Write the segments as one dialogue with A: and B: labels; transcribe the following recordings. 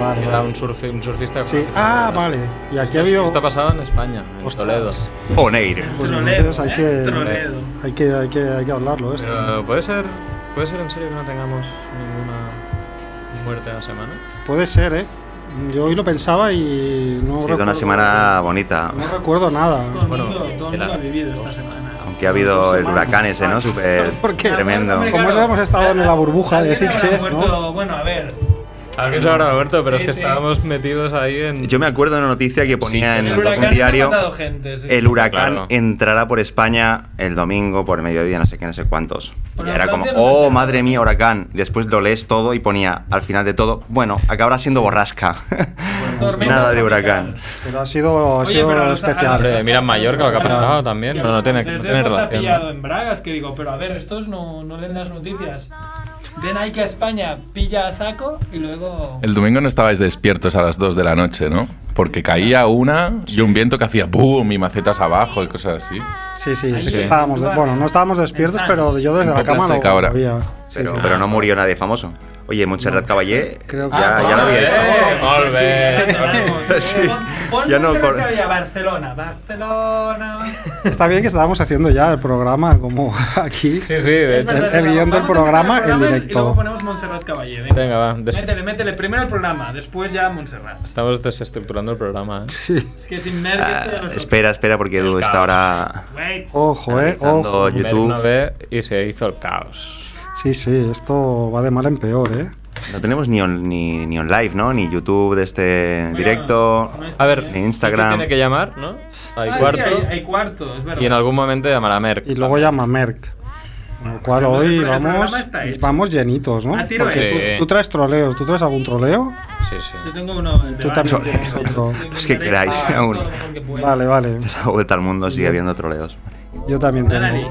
A: vale,
B: Era
A: vale.
B: un, surfi- un surfista.
A: Sí.
B: que se
A: Ah,
B: murió.
A: vale. Y aquí
B: Esto,
A: ha habido.
B: esto ha pasado en España, en
A: Ostras.
B: Toledo.
C: Oneir.
A: Pues
D: Troledo,
A: entonces hay
D: ¿eh?
A: que,
D: Troledo.
A: hay que, hay que, hay que hablarlo de esto.
B: Pero puede ser, puede ser en serio que no tengamos ninguna muerte a la semana.
A: Puede ser, ¿eh? Yo hoy lo pensaba y no
C: Ha sido
A: recuerdo.
C: una semana bonita.
A: No recuerdo
D: Todo el
A: nada.
B: Bueno,
D: mundo, todo el
B: era-
D: mundo ha pues vivido esta semana.
C: Aunque ha habido el huracán ese, ¿no? Súper
A: ¿Por qué?
C: tremendo.
A: Como eso hemos estado en la burbuja de
D: Alguien habrá
A: Sitges, ¿no?
D: muerto- Bueno, a ver.
B: Alguien se habrá muerto, pero
D: Sí,
B: es que
D: sí.
B: estábamos metidos ahí en.
C: Yo me acuerdo de una noticia que ponía
B: sí,
C: en
B: sí.
D: El
B: El
C: un
D: huracán se ha
C: diario.
D: matado gente. sí.
C: El huracán
B: Claro.
C: entrará por España el domingo por el mediodía, no sé qué, no sé cuántos. Y
D: Bueno,
C: era como,
D: Francia no se
C: oh,
D: entera".
C: madre mía, huracán. Después lo lees todo y ponía al final de todo, bueno, acabará siendo borrasca.
D: Tormenta
C: Nada de
D: tropical.
C: huracán.
A: Pero ha sido, ha
D: Oye,
A: sido
D: pero los-
A: especial.
D: a
B: Hombre,
D: los-
B: mira en Mallorca lo que ha
A: Claro.
B: pasado también, pero no tiene, no
D: Entonces,
B: tiene
D: hemos
B: relación.
D: pillado
B: ¿no?
D: en Bragas, que digo, pero a ver, estos no, no leen las noticias. Ven ahí que España pilla a saco y luego...
E: El domingo no estabais despiertos a las 2 de la noche, ¿no? Porque caía una y un viento que hacía boom y macetas abajo y cosas así.
A: Sí, sí, sí,
D: Ahí
A: que
B: sí.
A: estábamos. de- bueno, no estábamos despiertos,
D: En
A: pero yo desde
E: Un
A: la
E: poco
A: cama no
E: seca ahora.
A: había. Sí,
C: Pero,
A: sí.
C: pero no murió nadie famoso. Oye, Montserrat Caballé,
A: Creo que-
C: ya,
A: Ah,
C: ya la
A: vale.
C: habíais-
B: Eh, molt bé,
D: Vamos, eh,
C: Sí,
D: pon- pon
C: ya no
D: Montserrat
C: cor-
D: Caballé a Barcelona, Barcelona...
A: Está bien que estábamos haciendo ya el programa como
B: Sí,
A: aquí.
B: sí, de
D: Es
B: hecho.
D: verdad,
A: el
D: es
A: guión del
D: verdad. Vamos a empezar
A: programa
D: el
A: en
D: y-
A: directo.
D: Y luego ponemos Montserrat Caballé. Venga.
B: Venga, va. des-
D: Métele, métele. Primero el programa, después ya Montserrat.
B: Estamos desestructurando el programa. ¿eh?
D: Es que sin Merck...
C: Ah,
D: esto ya no es
C: espera, espera, porque Edu está ahora
D: otro. Wait.
A: Ojo, eh,
C: analizando
A: ojo.
C: YouTube.
B: Una vez y se hizo el caos.
A: Sí, sí, esto va de mal en peor, eh.
C: No tenemos ni on, ni, ni on live, ¿no? Ni YouTube de este directo.
D: no está
B: A ver,
C: En Instagram.
B: tú Tiene que llamar, ¿no? Hay
D: Ah, sí,
B: cuarto.
D: hay, hay cuarto, es verdad.
B: Y en algún momento llamará Merck.
A: Y luego llama Merck. Con lo cual hoy
D: El programa
A: vamos,
D: está hecho.
A: vamos llenitos, ¿no?
D: A tiro
A: Porque
B: hecho.
A: tú, tú traes troleos, ¿tú traes algún troleo?
B: Sí, sí.
D: Yo tengo uno. el de
A: Tú
D: Barney,
A: también
D: que
A: tienes
D: es
A: otro.
C: Los que queráis,
D: Ah,
C: aún.
D: todo lo mejor que pueda.
A: Vale, vale.
C: La vuelta al mundo sigue habiendo troleos.
A: Yo también
D: Dale,
A: tengo.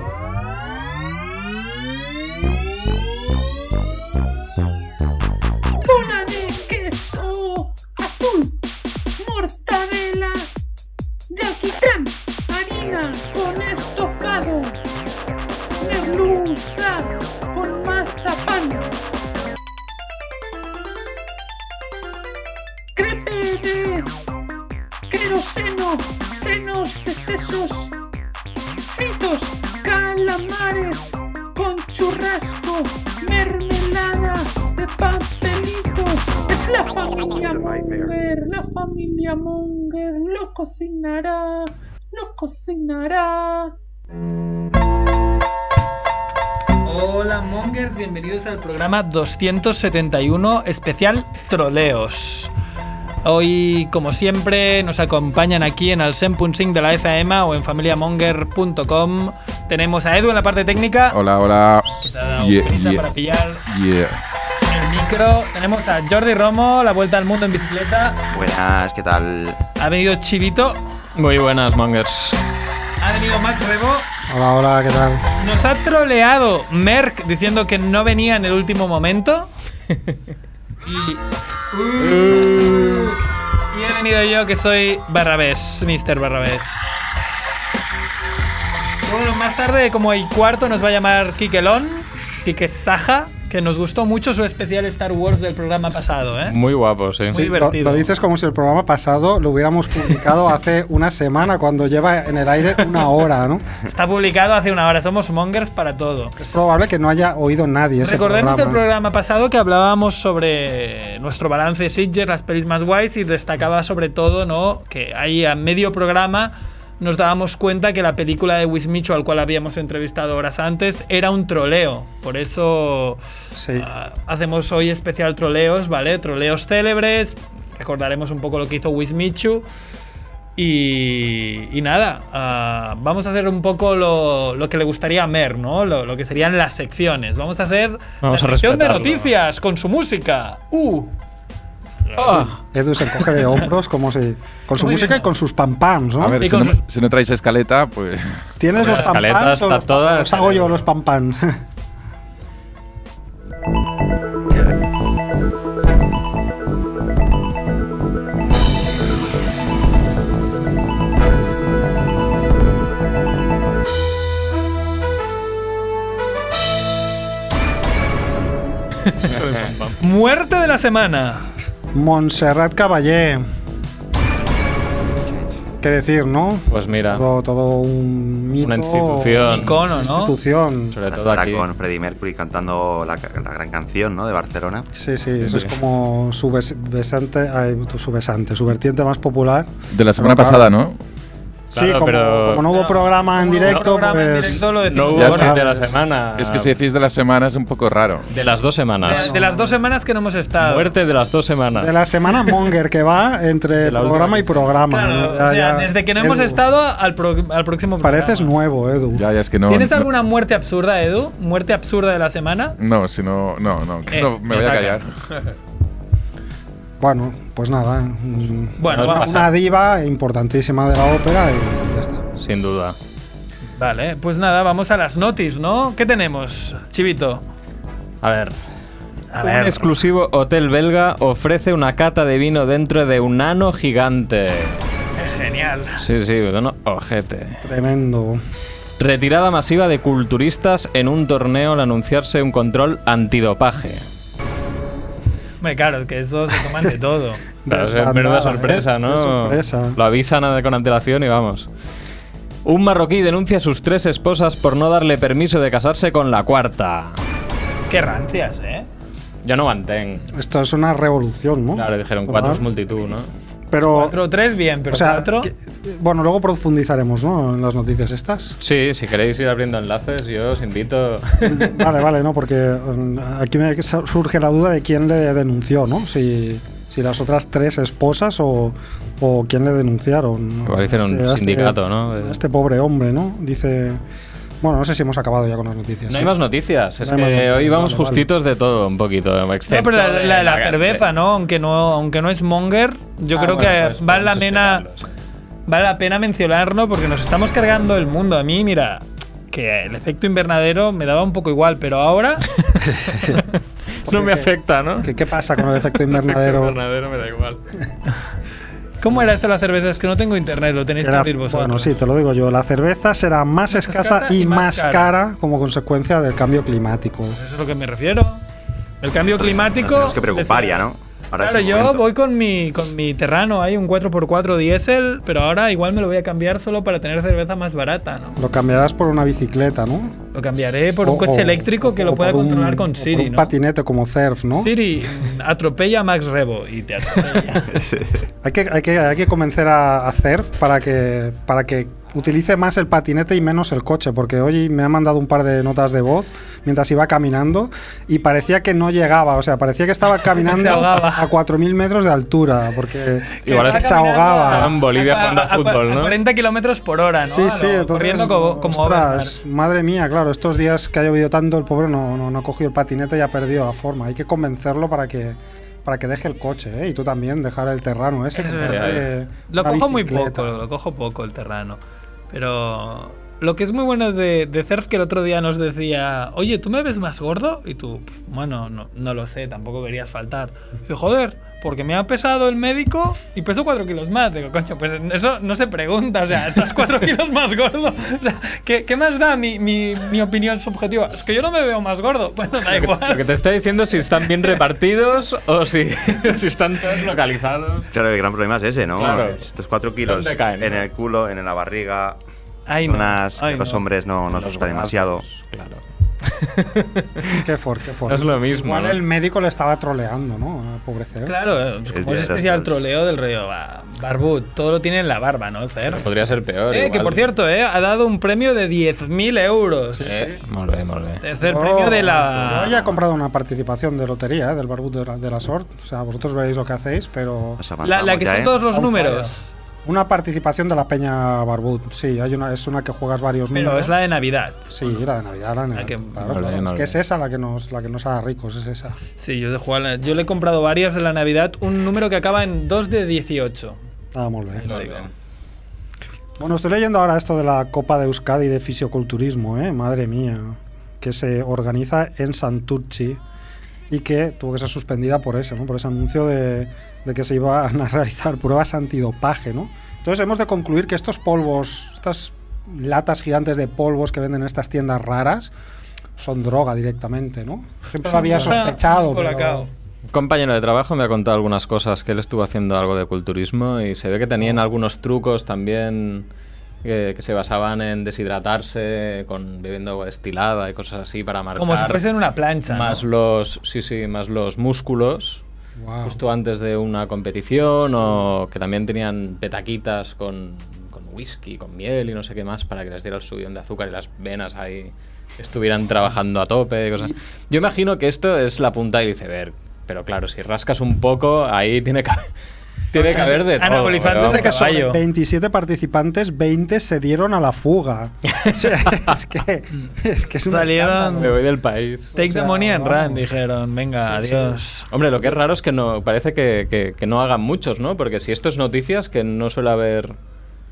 F: Una de queso azul, mortadela, de alquitrán, harina con estofado, merluza con mazapán, crepe de queroseno, senos de sesos, fritos, calamares con churrasco, mermelada de pastelitos. Es la familia Munger, la familia Munger lo cocinará, lo cocinará.
D: Hola Mongers, bienvenidos al programa 271 especial Troleos. Hoy, como siempre, nos acompañan aquí en el 100.5 de la FM o en familiamonger.com. Tenemos a Edu en la parte técnica.
E: Hola, hola.
D: que se ha dado
E: Yeah,
D: prisa
E: yeah,
D: para pillar
E: yeah.
D: el micro. Tenemos a Jordi Romo, la vuelta al mundo en bicicleta.
C: Buenas, ¿qué tal?
D: Ha venido Chivito,
B: Muy buenas, Mongers.
D: ha venido Max Rebo.
A: Hola, hola, ¿qué tal?
D: Nos ha troleado Merck diciendo que no venía en el último momento. y, y he venido yo que soy Barrabés, Mr. Barrabés. Bueno, más tarde, como el cuarto, nos va a llamar Kikelon, Kike Saja, que nos gustó mucho su especial Star Wars del programa pasado, ¿eh?
B: Muy guapo, sí.
D: Muy
A: Sí, lo,
D: divertido.
A: lo dices como si el programa pasado lo hubiéramos publicado hace una semana, cuando lleva en el aire una hora, ¿no?
D: Está publicado hace una hora, somos mongers para todo.
A: Es probable que no haya oído nadie ese
D: Recordemos el
A: programa.
D: programa pasado que hablábamos sobre nuestro balance de Sitges, las pelis más guays, y destacaba sobre todo ¿no? que ahí a medio programa nos dábamos cuenta que la película de Wismichu, al cual habíamos entrevistado horas antes, era un troleo. Por eso
A: Sí.
D: ah, hacemos hoy especial troleos, ¿vale? Troleos célebres, recordaremos un poco lo que hizo Wismichu. Y, y nada, ah, vamos a hacer un poco lo, lo que le gustaría a Mer, ¿no? Lo, lo que serían las secciones. Vamos a hacer
B: Vamos
D: la
B: a
D: sección de
B: respetarlo.
D: noticias con su música. ¡Uh!
B: Ah,
A: Edu se encoge de hombros como si... Con su
D: Muy
A: música
D: bien.
A: y con sus pampams, ¿no?
E: A ver,
D: Y
E: si
D: con
E: no,
D: sus-
E: si no traéis escaleta, pues.
A: ¿Tienes
B: La
A: los
B: escaleta
A: pampams o
B: está
A: los,
B: toda-
A: los hago yo los pampams?
D: Muerte de la semana.
A: Montserrat Caballé. ¿Qué decir, no?
B: Pues mira,
A: Todo, todo un mito.
B: Una institución.
D: Icono, ¿no?
A: Institución.
B: sobre todo
C: Estará
B: aquí.
C: con Freddie Mercury cantando la, ca- la gran canción ¿no? de Barcelona.
A: Sí, sí,
B: Sí,
A: eso
B: sí.
A: es como su, vers- besante, ay, tu- su besante, su vertiente más popular.
E: De
D: Ah,
E: la semana
A: Claro.
E: pasada, ¿no?
A: sí,
B: Claro,
A: como,
B: pero-
A: como no hubo
D: Pero,
A: programa en
D: como no hubo
A: directo,
D: programa en
A: pues.
D: directo, lo decimos
B: No hubo
E: Ya
B: hit de la
A: sabes.
B: semana.
D: ah,
E: Es que si decís de la semana es un poco raro.
B: De las dos semanas.
D: De, de las dos semanas que no hemos estado.
B: Muerte de las dos semanas.
A: De la semana Monger que va entre
B: De la última
A: programa y
B: que-
A: programa.
D: Claro,
A: ¿no?
D: o
A: Ya,
D: sea,
A: ya.
D: desde que no
A: Edu,
D: hemos estado al, pro- al próximo programa.
A: Pareces nuevo, Edu.
E: Ya, ya es que no.
D: ¿Tienes
E: no-
D: alguna muerte absurda, Edu? ¿Muerte absurda de la semana?
E: No, si no, no, no, que
D: Eh,
E: no, me
B: me
E: voy a
B: ataca.
E: callar.
A: Bueno, pues nada. mm,
D: Bueno,
A: una,
D: vamos.
A: una diva importantísima de la ópera y ya está.
B: Sin duda.
D: Vale, pues nada, vamos a las notis, ¿no? ¿Qué tenemos, Chivito?
B: A ver.
D: A
B: un
D: ver.
B: exclusivo hotel belga ofrece una cata de vino dentro de un ano gigante.
D: Genial.
B: Sí, sí, bueno, ojete.
A: Tremendo.
B: Retirada masiva de culturistas en un torneo al anunciarse un control antidopaje.
D: Hombre, claro, que eso se toman de todo.
B: Claro, es
A: Desbandada,
B: menuda
A: ¿eh?
B: sorpresa,
A: Qué
B: ¿no?
A: sorpresa.
B: Lo avisan a- con antelación y vamos. Un marroquí denuncia a sus tres esposas por no darle permiso de casarse con la cuarta.
D: Qué rancias, ¿eh?
B: Ya no mantén.
A: Esto es una revolución, ¿no?
B: Claro, dijeron cuatro es
A: ¿Verdad?
B: multitud, ¿no?
A: Pero,
D: Cuatro o tres, bien, pero
A: o sea,
D: cuatro...
A: que- eh, bueno, luego profundizaremos, ¿no? En las noticias estas.
B: Sí, si queréis ir abriendo enlaces, yo os invito.
A: Vale, vale, no, porque mm, aquí me surge la duda de quién le denunció, ¿no? Si, si las otras tres esposas o, o quién le denunciaron. ¿no?
B: Igual hicieron un
A: a
B: sindicato, ¿no? Eh.
A: a Este pobre hombre, ¿no? Dice. Bueno, no sé si hemos acabado ya con las noticias.
B: No
A: ¿eh?
B: hay más noticias, es
A: No hay
B: que
A: más noticias,
B: hoy vamos
A: vale, vale.
B: justitos de todo un poquito.
D: No,
B: excepto
D: pero la,
B: de
D: la de la
B: la-
D: cerveza, ¿no? Aunque no, aunque no es monger, yo
B: Ah,
D: creo
B: bueno,
D: que
B: pues
D: vale la
B: podemos
D: pena.
B: explicarlo,
D: Vale la pena mencionarlo porque nos estamos cargando el mundo. A mí, mira, que el efecto invernadero me daba un poco igual, pero ahora.
B: sí. No me afecta, ¿no?
A: ¿Qué, qué pasa con el efecto invernadero?
B: Invernadero me da igual.
D: ¿Cómo era esto de la cerveza? Es que no tengo internet, lo tenéis que
A: Era-
D: abrir vosotros.
A: bueno, sí, te lo digo yo. La cerveza será más escasa, y más cara. como consecuencia del cambio climático.
D: Pues eso es lo que me refiero. El cambio climático.
C: Nos tenemos que preocupar
D: decía-
C: ya, ¿no? Ahora es
D: claro,
C: el
D: yo
C: momento.
D: voy con mi, con mi terrano, hay un 4x4 diésel, pero ahora igual me lo voy a cambiar solo para tener cerveza más barata, ¿no?
A: Lo cambiarás por una bicicleta, ¿no?
D: Lo cambiaré por un
A: O-
D: coche
A: o-
D: eléctrico que
A: o
D: lo pueda
A: por un-
D: controlar con
A: o por
D: Siri,
A: un
D: ¿no?
A: patinete como surf, ¿no?
D: Siri, mm, atropella a Max Rebo y te atropella.
A: Hay que, hay que, hay que convencer a, a Cerf para que, para que utilice más el patinete y menos el coche, porque hoy me ha mandado un par de notas de voz mientras iba caminando y parecía que no llegaba, o sea, parecía que estaba caminando
D: Se ahogaba.
A: a 4.000 metros de altura, porque
B: Igual
A: se
B: está
A: ahogaba.
B: Estaba en Bolivia jugando a fútbol, ¿no?
D: A 40 kilómetros por hora, ¿no?
A: Sí,
D: A
A: sí,
D: lo-
A: entonces,
D: Corriendo como, como
A: ostras,
D: Overmars.
A: madre mía, claro, estos días que ha llovido tanto, el pobre no, no, no ha cogido el patinete y ha perdido la forma. Hay que convencerlo para que para que deje el coche, ¿eh? Y tú también, dejar el terrano ese.
D: Es
A: comprarte
B: verdad.
D: Lo
A: una
D: cojo muy
A: bicicleta.
D: poco, lo cojo poco el terrano. Pero lo que es muy bueno de, de Cerf, que el otro día nos decía, oye, ¿tú me ves más gordo? Y tú, "Pf, bueno, no, no lo sé, tampoco querías faltar. Y yo, joder, porque me ha pesado el médico y peso 4 kilos más. Digo, coño, pues eso no se pregunta, o sea, estás 4 kilos más gordo. O sea, ¿qué, qué más da mi, mi, mi opinión subjetiva? Es que yo no me veo más gordo. Bueno, da
B: Lo que
D: igual.
B: te está diciendo es si están bien repartidos o si, si están todos localizados.
C: Claro, el gran problema es ese, ¿no?
B: Claro.
C: Estos cuatro kilos
B: ¿Dónde caen,
C: en
B: no?
C: el culo, en la barriga,
D: Ay, no,
C: zonas
D: ay,
C: que los
D: no.
C: hombres no nos
B: Los
C: gusta
B: brazos,
C: demasiado.
B: Claro.
A: Qué fuerte, qué
B: No
A: fuerte.
B: es lo mismo.
A: Igual
B: ¿no?
A: el médico le estaba troleando, ¿no? A Pobrecer.
D: Claro, eh, pues
C: El
D: como
C: día
D: es
C: de las
D: especial
C: madres.
D: troleo del rollo va, Barbud, todo lo tiene en la barba, ¿no, Cer?
B: Pero Podría ser peor.
D: Eh, que
B: igual.
D: por cierto, eh, ha dado un premio de 10.000 euros.
B: Eh, molt bé, molt bé.
D: Tercer premio de la...
A: Yo ya he comprado una participación de lotería, eh, del barbud de la, de la Sort. O sea, vosotros veréis lo que hacéis, pero.
C: Nos
D: la,
C: avanzamos
D: la que
C: ya,
D: son
C: ¿eh?
D: todos los
A: Aún
D: números.
A: Una participación de la Peña Barbud. Sí, hay una, es una que juegas varios
D: Pero
A: números.
D: es la de Navidad.
A: Sí, la de Navidad, la de Navidad.
D: que-
A: claro,
B: Vale,
A: claro. Es
B: vale.
A: que es esa la que nos, la que nos hará ricos, es esa.
D: Sí, yo, he jugado a la- yo le he comprado varias de la Navidad. Un número que acaba en 2 de 18.
A: Ah, molt bé.
B: Molt bé.
A: Bueno, estoy leyendo ahora esto de la Copa de Euskadi de Fisioculturismo, ¿eh? Madre mía. Que se organiza en Santurchi y que tuvo que ser suspendida por eso, ¿no? Por ese anuncio de, de que se iban a realizar pruebas antidopaje, ¿no? Entonces hemos de concluir que estos polvos, estas latas gigantes de polvos que venden en estas tiendas raras, son droga directamente, ¿no? Siempre lo había
D: Sin duda,
A: sospechado,
D: Ah, un colacao.
A: pero...
B: Un compañero de trabajo me ha contado algunas cosas que él estuvo haciendo algo de culturismo y se ve que tenían algunos trucos también que, que se basaban en deshidratarse con bebiendo agua destilada y cosas así para marcar
D: Como si fuesen una plancha. ¿no?
B: más los sí sí más los músculos
A: Wow.
B: justo antes de una competición o que también tenían petaquitas con, con whisky, con miel y no sé qué más para que les diera el subidón de azúcar y las venas ahí estuvieran trabajando a tope. y Cosas. Yo imagino que esto es la punta del iceberg, pero claro, si rascas un poco, ahí tiene que, tiene que haber de todo.
D: Anabolizantes
B: pero
D: de
A: Dice que
B: vamos.
A: sobre
D: caballo.
A: 27 participantes, 20 se dieron a la fuga. O sea, es que es, que es un
D: Salieron-
A: escándalo.
B: Me voy del país.
D: Take
A: O sea,
D: the money and
A: vamos.
D: run, dijeron. Venga,
A: Sí, sí.
D: adiós.
B: Hombre, lo que es raro es que no parece que, que- que no hagan muchos, ¿no? Porque si esto es noticias, que no suele haber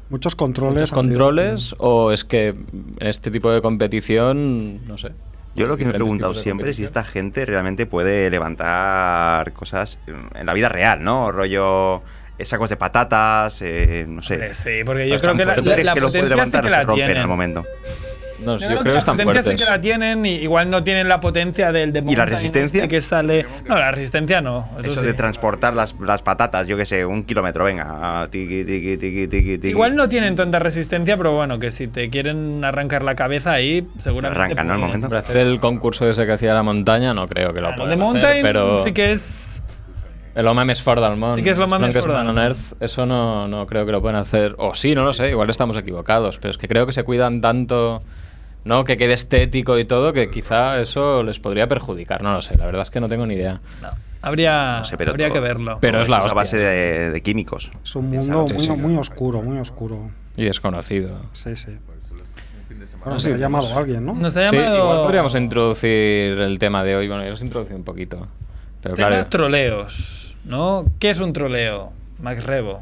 A: Muchos controles.
B: muchos
A: han tenido.
B: controles, o es que en este tipo de competición, no sé.
C: Yo lo que me
B: diferentes
C: he preguntado
B: tipos de
C: siempre es si esta
B: competición.
C: gente realmente puede levantar cosas mm, en la vida real, ¿no? Rollo eh, sacos de patatas, eh, no sé.
D: Hombre, Sí, porque yo
B: Pues
D: creo
B: tan
D: que la,
B: fuerte.
C: ¿Tú
D: la,
C: crees
D: la
C: que lo puede
D: potencia sí
C: levantar
D: que
C: o se
D: la
C: rompen en
D: tienen.
C: el momento?
B: No,
D: Yo
B: yo creo que están
D: la potencia sí
B: fuertes.
D: que la tienen, y igual no tienen la potencia del de
C: ¿Y la
D: mountain,
C: resistencia?
D: este que sale. No, la resistencia no. Eso,
C: Eso
D: sí.
C: de transportar las, las patatas, yo qué sé, un kilómetro, venga. ah, Tiqui, tiqui, tiqui, tiqui, tiqui.
D: Igual no tienen tanta resistencia, pero bueno, que si te quieren arrancar la cabeza ahí, seguramente.
C: Arrancan, ¿no? Al
D: pueden.
C: momento.
B: Para hacer el concurso ese que hacía la montaña, no creo que lo
D: Claro,
B: puedan
D: de
B: hacer,
D: mountain
B: pero
D: sí que es.
B: el home més fort del món,
D: Sí que és l'home
B: el
D: més
B: strongest
D: fort del
B: man on
D: món.
B: earth, eso no, no creo que lo puedan hacer. O sí, no lo sé, igual estamos equivocados, pero es que creo que se cuidan tanto, ¿no? Que quede estético y todo, que quizá eso les podría perjudicar, no lo sé, la verdad es que no tengo ni idea.
D: Habría,
C: No sé, pero
D: habría
C: todo-
D: que verlo.
B: Pero
C: todo
B: es la
C: eso a
B: hostia.
C: base de, de químicos.
A: Es un mundo
B: Sí,
A: muy,
B: sí.
A: muy oscuro, muy oscuro.
B: Y desconocido.
A: Sí, sí.
G: Pues,
A: Bueno,
B: No
A: se
B: sé,
A: ha llamado alguien, ¿no?
D: Nos ha
B: Sí,
D: llamado.
B: igual podríamos introducir el tema de hoy, bueno, ya lo has introducido un poquito. Pero
D: Tema
B: claro,
D: troleos, ¿no? ¿Qué es un troleo? Max Rebo.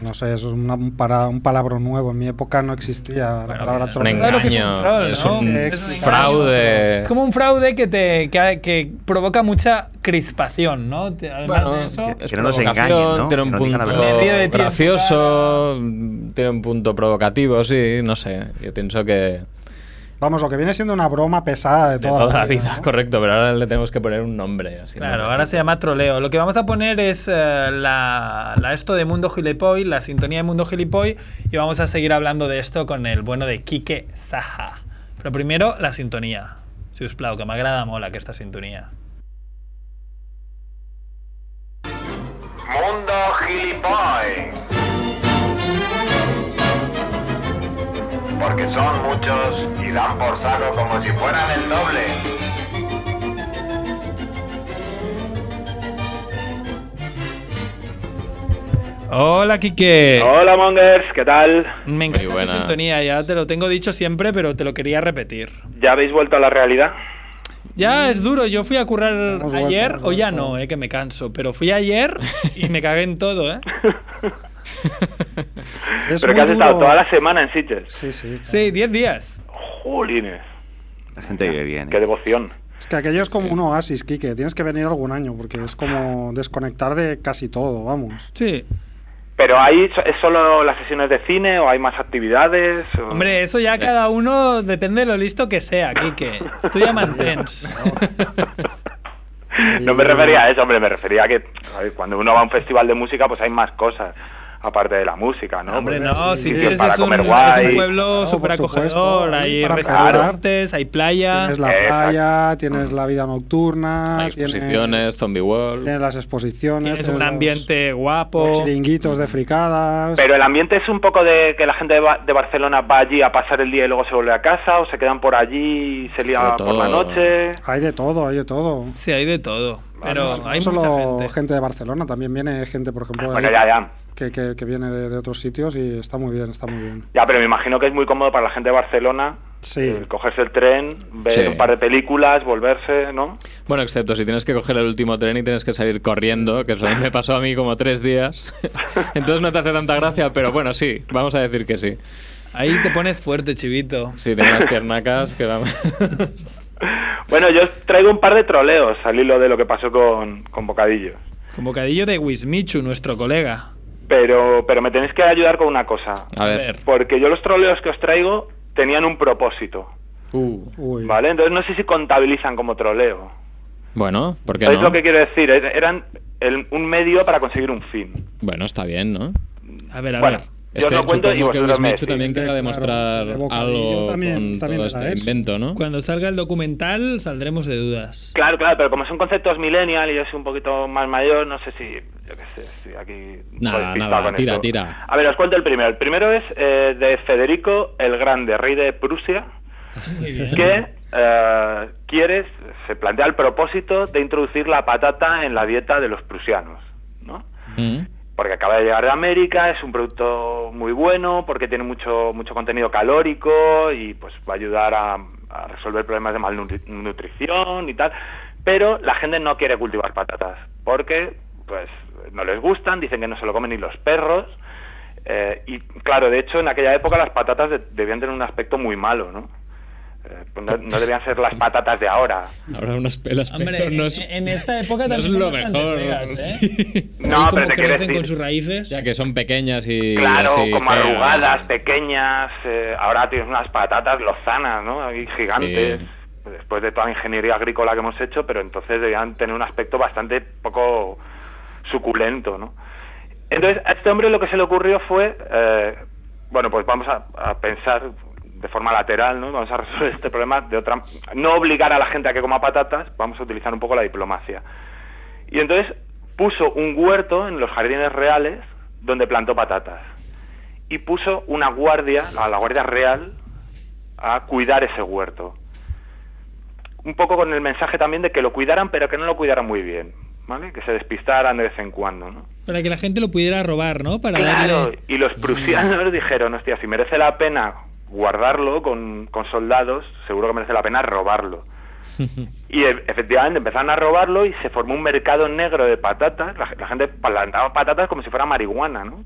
A: No sé, eso es una- un, para- un palabro nuevo. En mi época no existía la
D: Bueno,
A: palabra
D: mira,
B: es un
A: troleo.
D: ¿sabes lo que es un
B: engaño,
D: troll,
B: es
D: no?
B: un
A: Es un
B: fraude.
D: Es como un fraude que te que, que provoca mucha crispación, ¿no? Te- Además
B: Bueno,
D: de eso,
C: que-
B: es
C: no nos
B: provocación,
C: engañen, ¿no?
B: Tiene un
C: Que nos digan la
B: punto
D: verdad. Pérdida de tiempo,
B: gracioso, tiene un punto provocativo, sí, no sé. Yo pienso que
A: Vamos, lo que viene siendo una broma pesada de
B: de
A: toda,
B: toda la vida,
A: ¿no?
B: correcto, pero ahora le tenemos que poner un nombre. Así
D: claro,
B: ¿no?
D: ahora se llama troleo. Lo que vamos a poner es eh, la, la esto de Mundo Gilipoy, la sintonía de Mundo Gilipoy, y vamos a seguir hablando de esto con el bueno de Quique Zaha. Pero primero, la sintonía. Si us plau, que m'agrada molt aquesta sintonia.
H: Mundo Gilipoy. Porque son muchos y dan por saco como si fueran el doble.
D: Hola, Quique.
G: Hola Mongers, ¿qué tal?
D: Me encanta
B: Muy
D: tu
B: buenas.
D: sintonía, ya te lo tengo dicho siempre, pero te lo quería repetir.
G: ¿Ya habéis vuelto a la realidad?
A: Mm.
D: Ya es duro, yo fui a currar
A: Hemos vuelto,
D: ayer,
A: hemos
D: o ya
A: vuelto.
D: no, eh, que me canso, pero fui ayer y me cagué en todo, ¿eh?
A: Es
G: ¿Pero
A: muy
G: que has estado
A: duro.
G: toda la semana en Sitges?
A: Sí, sí.
D: Sí, 10 días.
G: ¡Jolines!
C: La gente vive bien.
G: ¡Qué
C: ¿eh?
G: devoción!
A: Es que aquello es como un oasis, Kike. Tienes que venir algún año porque es como desconectar de casi todo, vamos.
D: Sí.
G: ¿Pero ahí so- es solo las sesiones de cine o hay más actividades? o-
D: Hombre, eso ya cada uno depende de lo listo que sea, Quique. Tú ya mantens.
G: no me refería a
D: eh,
G: eso, hombre, me refería a que ¿sabes? cuando uno va a un festival de música pues hay más cosas, aparte de la música, ¿no? Pues
D: Hombre,
G: Porque
D: no,
G: hay
A: sí,
D: si
G: sitios
D: tienes
G: para
D: es un,
G: comer
D: es un
G: guay.
D: pueblo
A: Claro,
D: súper
A: por supuesto,
D: acogedor,
A: ahí
D: hay
A: para
D: restaurantes, hay playa.
A: Tienes la
G: Eh, Exacto.
A: playa, tienes la vida
C: Ah,
A: nocturna,
B: Hay exposiciones,
A: tienes,
B: Zombie World.
A: tienes las exposiciones,
D: Tienes
A: tienes
D: un
A: los-
D: ambiente
A: los,
D: guapo.
A: chiringuitos de fricadas.
G: Pero el ambiente es un poco de que la gente de, Ba- de Barcelona va allí a pasar el día y luego se vuelve a casa, o se quedan por allí y se lían
B: Pero
G: por la
B: todo-
G: noche.
A: Hay de todo, hay de todo.
D: Sí, hay de todo. Pero
A: No- no
D: hay
A: solo
D: mucha gente.
A: de Barcelona, también viene gente, por ejemplo, de
G: Bueno,
A: ahí
G: ya, ya.
A: Que, que- que viene de, de otros sitios y está muy bien, está muy bien.
G: Ya, pero me imagino que es muy cómodo para la gente de Barcelona
A: Sí,
G: eh, cogerse el tren, ver
B: Sí.
G: un par de películas, volverse, ¿no?
B: Bueno, excepto si tienes que coger el último tren y tienes que salir corriendo, que eso me pasó a mí como tres días. Entonces no te hace tanta gracia, pero bueno, sí, vamos a decir que sí.
D: Ahí te pones fuerte, chivito.
B: Sí, tengo unas piernacas que vamos.
G: Bueno, yo os traigo un par de troleos al hilo de lo que pasó con, con Bocadillo.
D: Con bocadillo de Wismichu, nuestro colega.
G: Pero, pero me tenéis que ayudar con una cosa.
B: A ver.
G: Porque yo los troleos que os traigo tenían un propósito,
B: Uh.
A: uy.
G: ¿vale? Entonces no sé si contabilizan como troleo.
B: Bueno, ¿por qué
G: ¿Sabéis
B: no?
G: lo que quiero decir? Er- Eran el- un medio para conseguir un fin.
B: Bueno, está bien, ¿no? Este,
D: A ver, a
G: Bueno,
D: ver.
G: yo os lo cuento y
B: supongo que
G: vosotros me
B: Wismichu
G: decís.
B: también querrá
A: Claro,
B: demostrar
A: de bocadillo
B: algo
A: también-
B: con
A: también
B: todo
A: era
B: este
A: eso.
B: invento, ¿no?
D: Cuando salga el documental saldremos de dudas.
G: Claro, claro, pero como son conceptos millennial y yo soy un poquito más mayor, no sé si, yo qué sé, si aquí...
B: Nada,
G: estoy despistado
B: nada,
G: con
B: tira,
G: esto.
B: tira.
G: A ver, os cuento el primero. El primero es eh, de Federico el Grande, rey de Prusia, que eh, quiere, se plantea el propósito de introducir la patata en la dieta de los prusianos, ¿no?
B: Mm.
G: porque acaba de llegar de América, es un producto muy bueno, porque tiene mucho, mucho contenido calórico y pues va a ayudar a, a resolver problemas de malnutrición y tal. Pero la gente no quiere cultivar patatas, porque pues no les gustan, dicen que no se lo comen ni los perros. eh, y claro, de hecho en aquella época las patatas de- debían tener un aspecto muy malo, ¿no? Eh, pues no, no debían ser las patatas de ahora.
B: Ahora unos pelas
D: Hombre,
B: no es,
D: en, en este- esta época
B: no es
D: también
B: lo
D: son bastante
B: mejor.
D: feas, ¿eh?
B: sí.
D: Ahí
G: No,
D: como
G: pero te quiero
D: crecen
G: decir-
D: con sus raíces.
B: Ya que son pequeñas y
G: Claro,
B: así
G: como
B: feas.
G: arrugadas, pequeñas. eh, ahora tienes unas patatas lozanas, ¿no? Ahí gigantes.
B: Sí.
G: Después de toda la ingeniería agrícola que hemos hecho, pero entonces debían tener un aspecto bastante poco suculento, ¿no? Entonces, a este hombre lo que se le ocurrió fue, eh, bueno, pues vamos a, a pensar de forma lateral, ¿no? Vamos a resolver este problema de otra... No obligar a la gente a que coma patatas, vamos a utilizar un poco la diplomacia. Y entonces puso un huerto en los jardines reales donde plantó patatas. Y puso una guardia, a la guardia real, a cuidar ese huerto. Un poco con el mensaje también de que lo cuidaran, pero que no lo cuidaran muy bien, ¿vale? Que se despistaran de vez en cuando, ¿no?
D: Para que la gente lo pudiera robar, ¿no? Para
G: Claro,
D: darle...
G: y los prusianos dijeron, hostia, si merece la pena guardarlo con, con soldados, seguro que merece la pena robarlo. y e- efectivamente empezaron a robarlo y se formó un mercado negro de patatas. La, la gente plantaba patatas como si fuera marihuana, ¿no?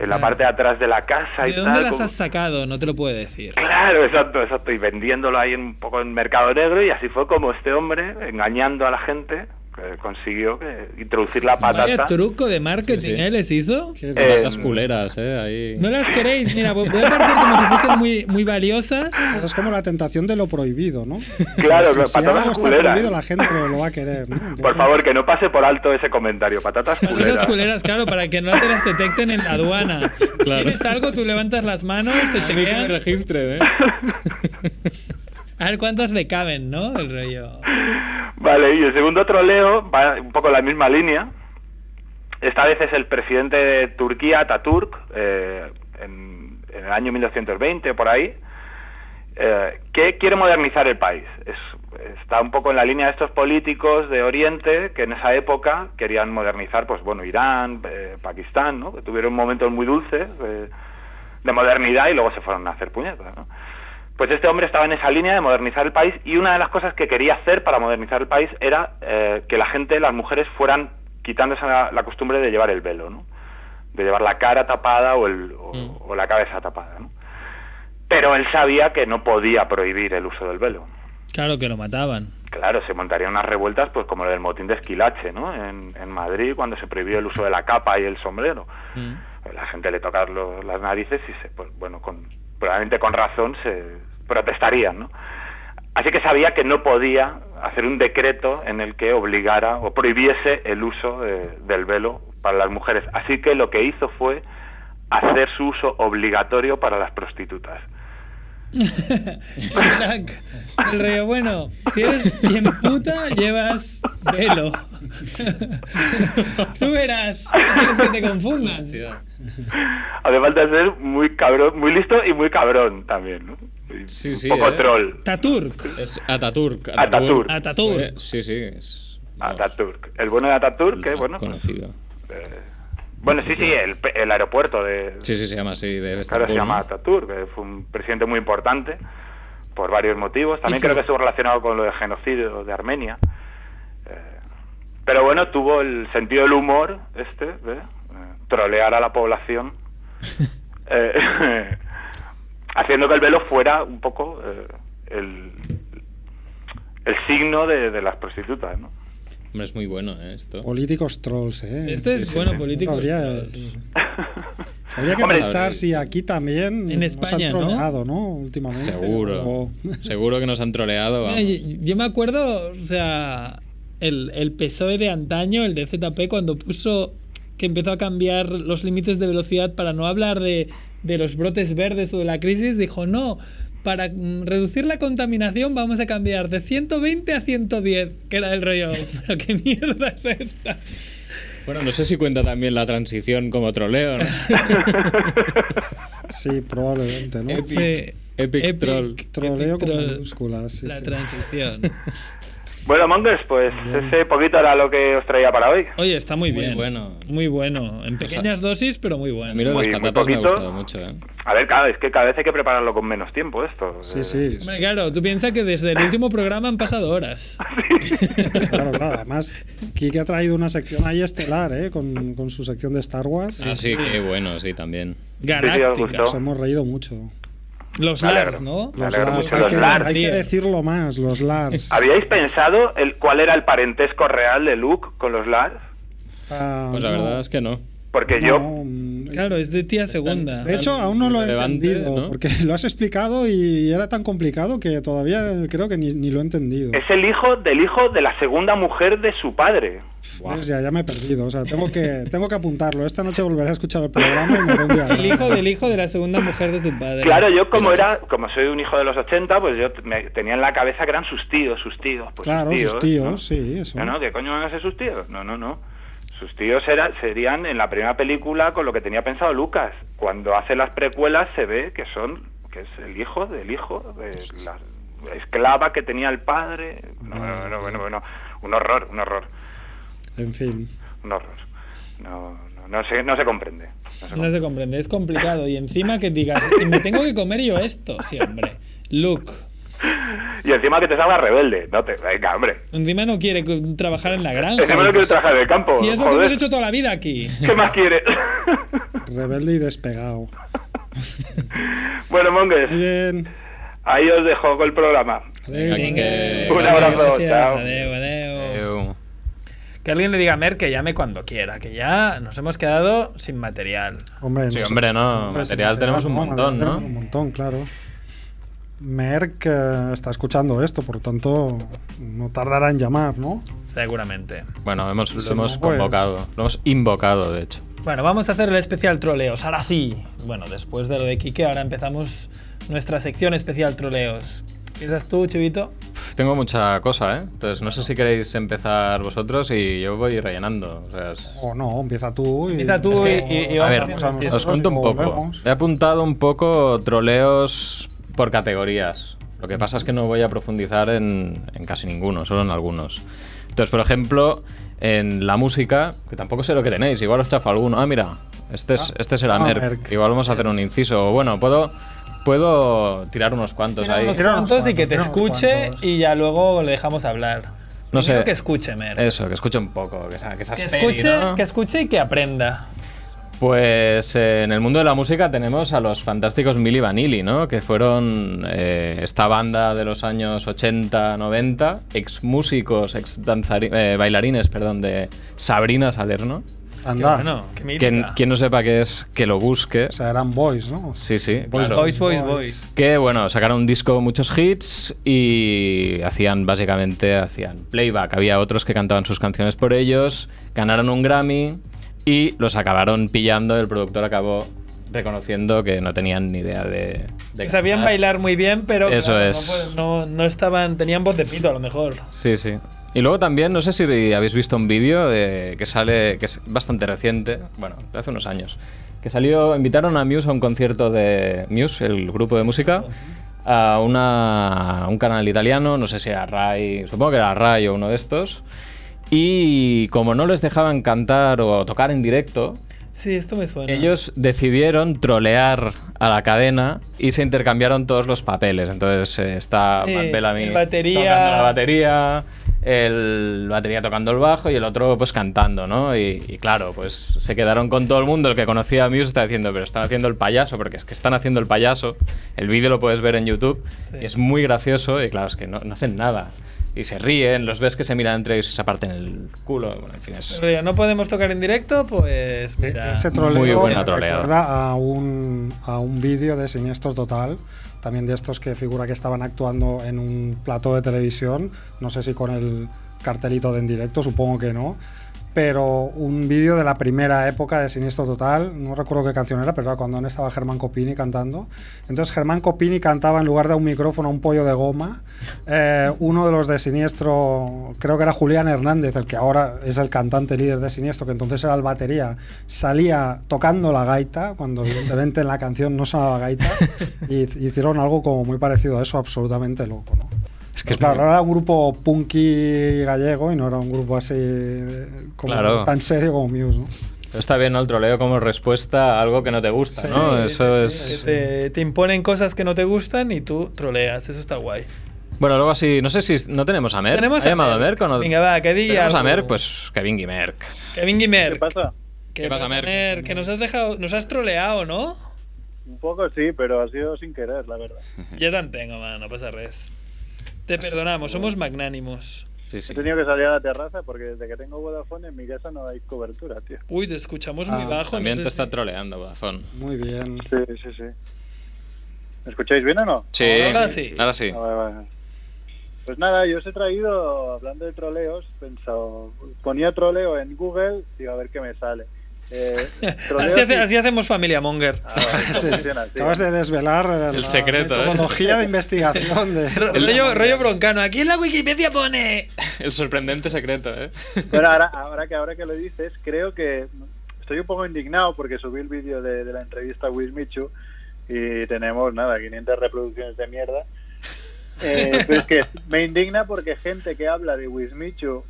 G: En la parte de atrás de la casa y
D: ¿De dónde
G: tal,
D: las
G: como-
D: has sacado? No te lo puedo decir.
G: Claro, exacto, exacto. Y vendiéndolo ahí en- un poco en mercado negro y así fue como este hombre, engañando a la gente, eh, consiguió eh, introducir la
D: Vaya
G: patata.
D: truco de marketing
B: Sí, sí.
D: ¿eh? les hizo.
A: Qué
G: Eh,
B: Esas culeras, ¿eh? Ahí.
D: No las queréis, mira, voy voy a partir como si fuesen muy, muy valiosas.
A: Pues es como la tentación de lo prohibido, ¿no?
G: Claro,
A: si,
G: pero
A: si
G: patatas
A: algo está
G: culeras.
A: prohibido, la gente lo, lo va a querer. ¿no? Entonces,
G: Por favor, que no pase por alto ese comentario. Patatas
D: Esas
G: culeras.
D: culeras, claro, para que no te las detecten en la aduana.
B: Claro. Ah,
D: Tienes algo, tú levantas las manos, te
B: Ni que me
D: chequean.
B: registren, ¿eh?
D: A ver cuántas le caben, ¿no? El rollo.
G: Vale, y el segundo troleo va un poco en la misma línea. Esta vez es el presidente de Turquía, Ataturk, eh, en, en el año 1920, por ahí, eh, que quiere modernizar el país. Es- está un poco en la línea de estos políticos de Oriente que en esa época querían modernizar, pues bueno, Irán, eh, Pakistán, ¿no? Que tuvieron momentos muy dulces de, de modernidad y luego se fueron a hacer puñetas, ¿no? Pues este hombre estaba en esa línea de modernizar el país y una de las cosas que quería hacer para modernizar el país era eh, que la gente, las mujeres, fueran quitándose la, la costumbre de llevar el velo, ¿no? De llevar la cara tapada o, el- o- o la cabeza tapada, ¿no? Pero él sabía que no podía prohibir el uso del velo.
D: Claro que lo mataban.
G: Claro, se montarían unas revueltas pues como la del motín de Esquilache, ¿no? En, en Madrid, cuando se prohibió el uso de la capa y el sombrero.
B: Mm.
G: La gente le toca lo- las narices y, se, pues, bueno, con, probablemente con razón se protestarían, ¿no? Así que sabía que no podía hacer un decreto en el que obligara o prohibiese el uso de- del velo para las mujeres. Así que lo que hizo fue hacer su uso obligatorio para las prostitutas.
D: Crack. El rollo, bueno, si eres bien puta, llevas velo. Tú verás. ¿Quieres que te confundan?
G: Además de ser muy cabrón, muy listo y muy cabrón también, ¿no? Y
B: Sí, sí,
G: Un poco
B: ¿eh?
G: troll.
D: Taturk.
B: Es Ataturk.
G: Ataturk.
D: Ataturk.
B: Eh, Sí, sí. es-
G: Ataturk. El bueno de Ataturk, que bueno. pues,
B: Conocido.
G: eh, bueno, sí, sí, el, pe- el aeropuerto de.
B: Sí, sí, se llama así. De
G: Claro,
B: Estambul,
G: se llama
B: ¿no?
D: ¿eh?
G: Ataturk, que fue un presidente muy importante por varios motivos. También
D: Y
G: creo
D: sí.
G: que estuvo relacionado con lo del genocidio de Armenia. Eh, pero bueno, tuvo el sentido del humor, este, de eh, trolear a la población, eh, haciendo que el velo fuera un poco eh, el, el signo de, de las prostitutas, ¿no?
B: Hombre, es muy bueno, ¿eh? Esto.
A: Políticos trolls, ¿eh?
D: Esto es
B: Sí, sí,
D: bueno
B: sí.
D: político.
A: Habría- Habría que
G: Hombre, eh,
A: pensar si aquí también
D: En
A: nos
D: España,
A: han
D: ¿no?
A: troleado, ¿no? Últimamente.
B: Seguro.
A: O-
B: Seguro que nos han troleado.
D: Mira,
B: vamos.
D: yo, yo me acuerdo, o sea, el, el PSOE de antaño, el de ZP, cuando puso que empezó a cambiar los límites de velocidad para no hablar de, de los brotes verdes o de la crisis, dijo no. Para mm, reducir la contaminación vamos a cambiar de 120 a 110, que era el rollo. Pero qué mierda es esta.
B: Bueno, no sé si cuenta también la transición como troleo. no sé.
A: Sí, probablemente, ¿no?
B: Epic. Epic troll.
A: Troleo
D: epic
A: con
D: troll.
A: minúsculas, sí,
D: la
A: sí.
D: transición.
G: Bueno, Mongers, pues
A: Bien.
G: ese poquito era lo que os traía para hoy.
D: Oye, está muy,
B: Muy
D: bien.
B: bueno. Pues
D: Muy bueno. En pequeñas dosis, pero muy
B: A mí lo
D: bueno.
B: de
G: Muy-
B: las
G: muy
B: patatas me ha
G: poquito.
B: gustado mucho, ¿eh?
G: A ver, claro, es que cada vez hay que prepararlo con menos tiempo esto.
A: Sí,
G: Eh,
A: sí.
D: Hombre, claro, tú piensas que desde el último programa han pasado horas.
A: Claro, claro. Además, Kike ha traído una sección ahí estelar, ¿eh? Con, con su sección de Star Wars.
B: Ah, sí, qué bueno, sí, también.
D: Galáctica.
G: gustó.
A: Nos hemos reído mucho.
D: Los
G: Me
D: LARS,
G: alegro.
D: ¿no?
G: Me
A: Los
G: alegro
A: Lars.
G: mucho,
A: Hay
G: los
A: que,
G: Lars.
A: hay que decirlo más, los Lars.
G: ¿Habíais pensado el cuál era el parentesco real de Luke con los Lars?
A: Ah,
B: Pues la
A: no,
B: verdad es que no.
G: Porque
A: no,
G: yo
A: mm,
D: Claro, es de tía segunda.
A: De hecho, aún no lo he
B: Relevante,
A: entendido,
B: ¿no?
A: porque lo has explicado y era tan complicado que todavía creo que ni, ni lo he entendido.
G: es el hijo del hijo de la segunda mujer de su padre.
A: ¿Ves? Ya, ya me he perdido, o sea, tengo que, tengo que apuntarlo. Esta noche volveré a escuchar el programa y me haré un diagrama.
D: El hijo del hijo de la segunda mujer de su padre.
G: Claro, yo como era, como soy un hijo de los 80, pues yo t- me tenía en la cabeza que eran sus tíos, sus tíos, pues
A: Claro,
G: sus tíos.
A: sus
G: ¿no?
A: tíos, sí, eso.
G: No, no, ¿qué coño van a ser sus tíos? No, no, no. Sus tíos era- serían en la primera película con lo que tenía pensado Lucas. Cuando hace las precuelas se ve que son, que es el hijo del hijo, de la esclava que tenía el padre. No, no, no, bueno, bueno, un horror, un horror,
A: En fin.
G: un horror. No, no, no se, no se comprende. no se
D: Eh, No se comprende, es complicado. Y encima que digas, "Y me tengo que comer yo esto. Sí, hombre. Luke.
G: Y encima que te salga rebelde. No te, venga, hombre.
D: Encima no quiere co- trabajar en la granja.
G: Encima no quiero
D: Pues,
G: trabajar del campo.
D: Si es lo que
G: joder.
D: hemos hecho toda la vida aquí.
G: ¿Qué más quieres?
A: Rebelde y despegado.
G: bueno,
A: Muy
G: Mongues,
A: bien.
G: ahí os dejo con el programa.
A: Adeu,
B: Venga, Quique.
A: adeu.
G: Un abrazo,
D: Gracias,
G: chao.
D: adeu, adeu.
B: Eu.
D: Que alguien le diga a Mer que llame cuando quiera, que ya nos hemos quedado sin material.
A: Hombre,
B: Sí,
A: sé-
B: hombre, no,
A: hombre, sí,
B: material tenemos un montón,
A: material
B: ¿no?
A: tenemos un montón, claro. Merck eh, está escuchando esto, por tanto, no tardará en llamar, ¿no?
D: Seguramente.
B: Bueno, hemos, lo
A: Sí,
B: hemos
A: pues.
B: convocado, lo hemos invocado, de hecho.
D: Bueno, vamos a hacer el especial troleos. Ahora sí. Bueno, después de lo de Quique, ahora empezamos nuestra sección especial troleos. ¿Piensas tú, Chivito?
B: Uf, Tengo mucha cosa, ¿eh? Entonces, no sé si queréis empezar vosotros y yo voy rellenando. O sea, es-
A: O no, empieza tú. Y,
D: Empieza tú Es que- y- y- y
B: A
D: vamos
B: ver,
A: vamos
D: haciendo
A: a
B: os
A: nosotros
B: cuento un
A: y
B: poco.
A: volvemos.
B: He apuntado un poco troleos por categorías. Lo que pasa es que no voy a profundizar en, en casi ninguno, solo en algunos. Entonces, por ejemplo, en la música, que tampoco sé lo que tenéis, igual os chafa alguno. Ah, mira, este, es, este será
A: ah,
B: Merck.
A: Merck.
B: Igual vamos a hacer un inciso. Bueno, puedo, puedo tirar unos cuantos ahí.
D: unos
A: Tira unos
D: cuantos y que te
A: cuantos, tira unos
D: escuche
A: cuantos.
D: y ya luego le dejamos hablar.
B: No
D: Primero
B: sé.
D: Que escuche, Mer.
B: Eso, que escuche un poco, que, sa- que se
D: que,
B: aspere,
D: escuche,
B: ¿no?
D: que escuche y que aprenda.
B: Pues eh, en el mundo de la música tenemos a los fantásticos Milli Vanilli, ¿no? Que fueron eh, esta banda de los años 80, 90, ex músicos, ex danzari- eh, bailarines, perdón, de Sabrina Salerno.
A: Anda.
D: Bueno, que
B: Quien, quien no sepa qué es, que lo busque.
A: O sea, eran boys, ¿no?
B: Sí, sí,
A: Boys,
B: claro.
D: Boys, boys, boys.
B: Que bueno, sacaron un disco, muchos hits y hacían básicamente hacían playback. Había otros que cantaban sus canciones por ellos, ganaron un Grammy y los acabaron pillando. El productor acabó reconociendo que no tenían ni idea de. de
D: Sabían
B: cantar.
D: bailar muy bien, pero
B: Eso
D: claro, no
B: es.
D: pueden- no, no estaban, tenían voz de pito a lo mejor.
B: Sí, sí. Y luego también, no sé si habéis visto un vídeo de- que sale, que es bastante reciente, bueno, de hace unos años, que salió, invitaron a Muse a un concierto de Muse, el grupo de música, a una- un canal italiano, no sé si era Rai, supongo que era Rai o uno de estos, y como no les dejaban cantar o tocar en directo,
D: Sí, esto me suena.
B: ellos decidieron trolear a la cadena y se intercambiaron todos los papeles. Entonces eh, está
D: Sí,
B: Matt Bellamy
D: el batería.
B: tocando la batería, el batería tocando el bajo y el otro pues cantando, ¿no? Y, y claro, pues se quedaron con todo el mundo. El que conocía a Muse está diciendo, pero están haciendo el payaso, porque es que están haciendo el payaso. El vídeo lo puedes ver en YouTube
D: Sí.
B: y es muy gracioso y claro, es que no, no hacen nada. y se ríen, los ves que se miran entre ellos y se aparten el culo. Bueno, en fin, es
D: Rollo, no podemos tocar en directo, pues mira.
A: Eh, Ese
B: Muy
A: troleo
B: buena
A: me
B: troleada.
A: recuerda a un, a un vídeo de Siniestro Total, también de estos que figura que estaban actuando en un plató de televisión, no sé si con el cartelito de en directo, supongo que no, pero un vídeo de la primera época de Siniestro Total, no recuerdo qué canción era, pero era cuando aún estaba Germán Copini cantando. Entonces Germán Copini cantaba en lugar de un micrófono un pollo de goma. Eh, uno de los de Siniestro, creo que era Julián Hernández, el que ahora es el cantante líder de Siniestro, que entonces era el batería, salía tocando la gaita, cuando evidentemente en la canción no sonaba gaita, y hicieron algo como muy parecido a eso, absolutamente loco. ¿no?
B: Es
A: que
B: que es
A: claro,
B: muy-
A: ahora era un grupo punky gallego y no era un grupo así eh, como
B: Claro.
A: tan serio como Muse, ¿no?
B: Pero está bien, ¿no? El troleo como respuesta a algo que no te gusta,
D: Sí,
B: ¿no?
D: sí,
B: Eso
D: sí,
B: es...
D: que Te, te imponen cosas que no te gustan y tú troleas. Eso está guay.
B: Bueno, luego así... No sé si... ¿No tenemos a Merck?
D: Tenemos
B: ¿Ha
D: a
B: llamado a
D: Merck.
B: Merck o no?
D: Venga, va, que diga
B: Tenemos a
D: algo.
B: Merck, pues Kevin y Merck.
D: Kevin Guimer.
I: ¿Qué pasa?
B: ¿Qué pasa, Merck?
D: Que nos has dejado, nos has troleado, ¿no?
I: Un poco sí, pero ha sido sin querer, la verdad.
D: Ya te tengo, man, no pasa res. Te perdonamos, somos magnánimos.
B: Sí, sí.
I: He tenido que salir a la terraza porque desde que tengo Vodafone en mi casa no hay cobertura, tío.
D: Uy, te escuchamos muy
A: Ah,
D: bajo.
B: También te
D: no sé
B: está
D: si-
B: troleando, Vodafone.
A: Muy bien.
I: Sí, sí, sí. ¿Me escucháis bien o no?
B: Sí,
D: Ahora sí.
B: Ahora sí.
I: Ah, vale, vale. Pues nada, yo os he traído, hablando de troleos, pensado, ponía troleo en Google y a ver qué me sale. Eh, troleo
D: Así, hace-
I: sí.
D: así hacemos familia Monger.
I: Ah, vale, esto
A: Sí,
I: funciona, sí.
A: Acabas de desvelar eh,
B: El
A: la
B: secreto, ¿eh?
A: metodología de investigación de
D: rollo, rollo broncano. Aquí en la Wikipedia pone.
B: El sorprendente secreto, ¿eh?
I: Bueno, ahora, ahora que ahora que lo dices, creo que estoy un poco indignado porque subí el vídeo de, de la entrevista a Wismichu y tenemos, nada, 500 reproducciones de mierda. Eh, pero es que me indigna porque gente que habla de Wismichu,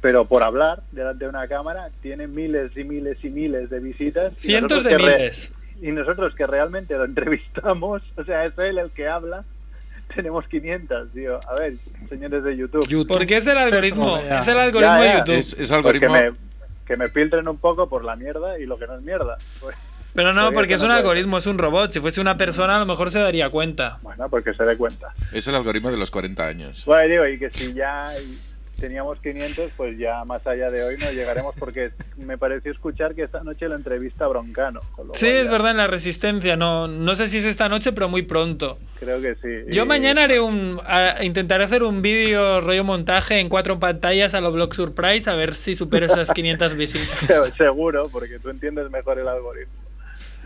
I: pero por hablar delante de una cámara, tiene miles y miles y miles de visitas. y
D: Cientos
I: nosotros
D: de
I: que re-
D: miles.
I: y nosotros que realmente lo entrevistamos, o sea, es él el que habla, tenemos 500, tío. A ver, señores de YouTube.
A: YouTube.
D: Porque es el algoritmo.
A: trolea.
D: Es el algoritmo
I: Ya, ya.
D: de YouTube.
E: Es, es algoritmo.
I: Pues Que me, que me filtren un poco por la mierda y lo que no es mierda. Pues,
D: Pero no,
I: Todavía
D: porque
I: no
D: es un
I: puede.
D: algoritmo, es un robot. Si fuese una persona, a lo mejor se daría cuenta.
I: bueno, porque se dé cuenta.
E: Es el algoritmo de los 40 años.
I: Bueno, digo, y que si ya teníamos 500, pues ya más allá de hoy no llegaremos porque me pareció escuchar que esta noche la entrevista a Broncano. con lo
D: Sí,
I: cual
D: es
I: ya
D: verdad, en la resistencia. No, no sé si es esta noche, pero muy pronto.
I: Creo que sí.
D: Yo
I: Y-
D: mañana haré un. a- intentaré hacer un vídeo rollo montaje en cuatro pantallas a lo Blog Surprise a ver si supero esas 500 visitas.
I: Seguro, porque tú entiendes mejor el algoritmo.